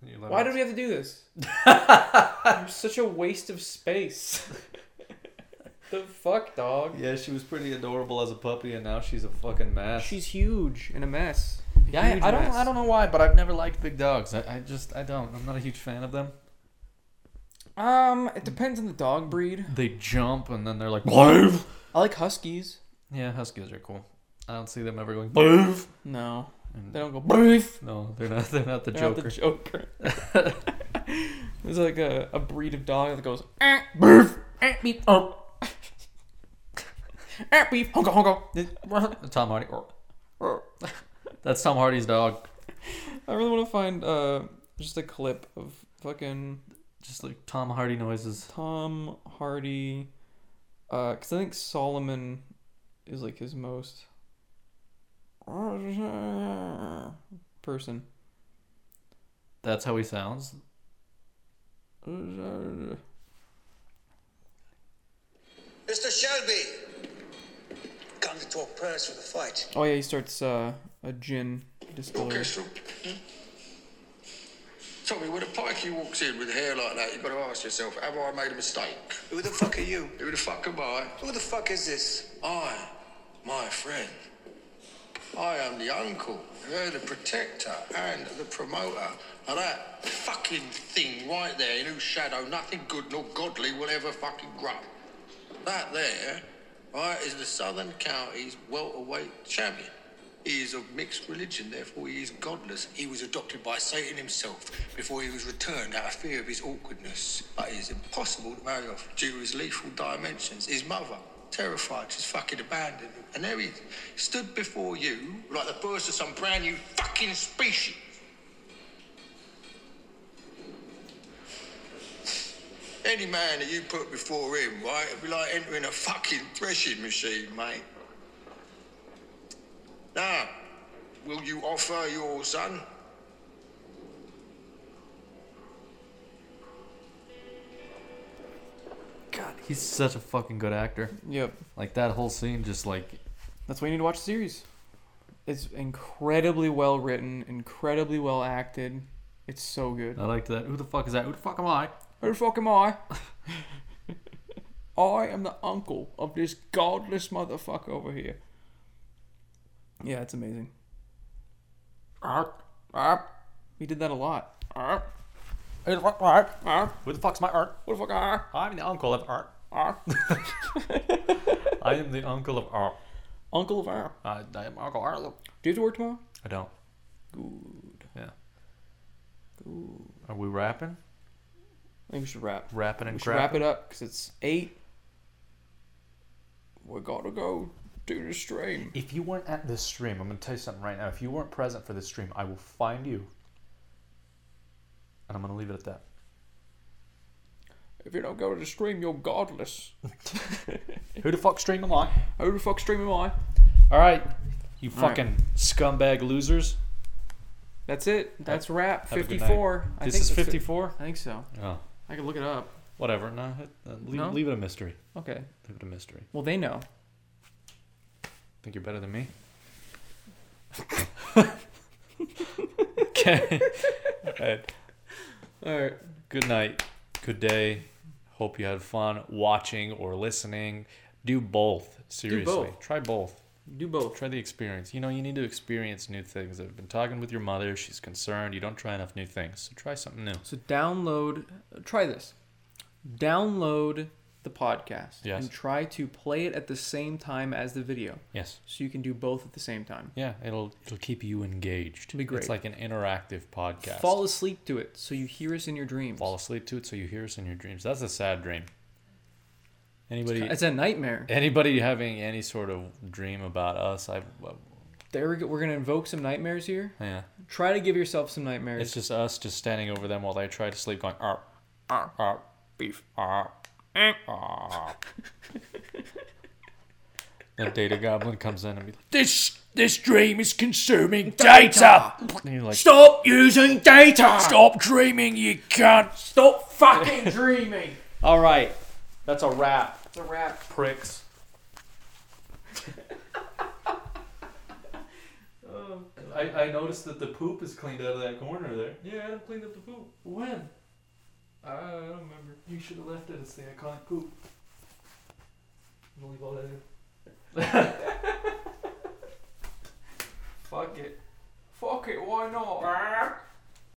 S2: And you let
S1: Why
S2: her-
S1: did we have to do this? You're such a waste of space. the fuck, dog?
S2: yeah she was pretty adorable as a puppy and now she's a fucking mess
S1: She's huge and a mess.
S2: yeah I, I don't i don't know why but i've never liked big dogs I, I just i don't i'm not a huge fan of them
S1: don't. Um, it depends on the dog breed.
S2: they jump and then they're like
S1: I like huskies.
S2: Yeah, huskies are cool. I don't see them ever going boof.
S1: No,
S2: And-
S1: they don't go boof.
S2: No, they're not. They're not the
S1: They're not
S2: Joker.
S1: The Joker. There's like a, a breed of dog that goes eh, boof, eh, beep, um, eh, beep, honka, honka.
S2: Tom Hardy. That's Tom Hardy's dog.
S1: I really want to find uh, just a clip of fucking
S2: Just like Tom Hardy noises.
S1: Tom Hardy, because I think Solomon is like his most person.
S2: That's how he sounds.
S1: Oh,
S6: Mr. Shelby, come to talk prayers for the fight.
S1: Oh yeah, he starts uh, a gin distillery.
S6: so. Mm-hmm. Tommy, when a pikey walks in with hair like that, you've got to ask yourself, have I made a mistake? Who the fuck are you? Who the fuck am I? Who the fuck is this? I, my friend. I am the uncle, uh, the protector, and the promoter. And that fucking thing right there in whose shadow nothing good nor godly will ever fucking grow. That there, right, is the Southern Counties welterweight champion. He is of mixed religion, therefore he is godless. He was adopted by Satan himself before he was returned out of fear of his awkwardness. But it is impossible to marry off due to his lethal dimensions. His mother, terrified, she's fucking abandoned him. And there he stood before you like the first of some brand new fucking species. Any man that you put before him, right, it'd be like entering a fucking threshing machine, mate. Now, will you offer your son?
S2: God, he's such a fucking good actor.
S1: Yep,
S2: Like that whole scene, just like
S1: that's why you need to watch the series. It's incredibly well written, incredibly well acted. It's so good.
S2: I liked that. Who the fuck is that? Who the fuck am I?
S1: Who the fuck am I? I am the uncle of this godless motherfucker over here. Yeah, it's amazing. Arp. Arp. We did that a lot. Arp.
S2: Who the fuck am I?
S1: Arp.
S2: Who the fuck's my art?
S1: What the fuck? Arp.
S2: I'm the uncle of art.
S1: Arp.
S2: I am the uncle of art.
S1: uncle of Arp.
S2: I, I am Uncle Art.
S1: Do you have to work tomorrow?
S2: I don't. Good. Yeah. Good. Are we rapping?
S1: I think we should wrap.
S2: Rapping and
S1: We should wrap it up because it's 8. We gotta go do the stream.
S2: If you weren't at this stream, I'm going to tell you something right now. If you weren't present for this stream, I will find you. And I'm going to leave it at that.
S1: If you don't go to the stream, you're godless.
S2: Who the fuck stream am I?
S1: Who the fuck stream am I?
S2: All right. You fucking scumbag losers.
S1: That's it. That's wrap.
S2: Have a good night.
S1: 54. I
S2: This
S1: think
S2: is
S1: the fi-
S2: 54?
S1: I think so.
S2: Oh,
S1: I could look it up.
S2: whatever. No, uh, leave,
S1: No?
S2: leave it a mystery.
S1: Okay.
S2: Leave it a mystery.
S1: Well, they know.
S2: Think you're better than me? okay. All right.
S1: All right.
S2: Good night. Good day. Hope you had fun watching or listening. Do both. Seriously.
S1: both.
S2: Try both.
S1: Do both.
S2: Try the experience. You know, you need to experience new things. I've been talking with your mother. She's concerned. You don't try enough new things. So try something new.
S1: So download. Try this. Download the podcast
S2: Yes.
S1: and try to play it at the same time as the video,
S2: Yes.
S1: so you can do both at the same time.
S2: Yeah, it'll it'll keep you engaged.
S1: Be great.
S2: It's like an interactive podcast.
S1: Fall asleep to it, so you hear us in your dreams.
S2: Fall asleep to it so you hear us in your dreams. That's a sad dream. Anybody
S1: It's a nightmare.
S2: anybody having any sort of dream about us, I well,
S1: There we go. We're gonna invoke some nightmares here.
S2: yeah.
S1: Try to give yourself some nightmares.
S2: It's just us just standing over them while they try to sleep going arp arp arp beef arp eh, arp. The data goblin comes in and be like,
S4: This this dream is consuming data.
S2: and you're like
S4: Stop using data.
S2: stop dreaming, you cunt. Stop
S4: fucking dreaming.
S2: All right, that's a wrap.
S1: It's a wrap.
S2: pricks. I, I noticed that the poop is cleaned out of that corner there.
S1: Yeah, I cleaned up the poop.
S2: When?
S1: I don't remember.
S2: You should have left it. It's the iconic poop.
S1: I'm gonna leave all that in. Fuck it. Fuck it, why not?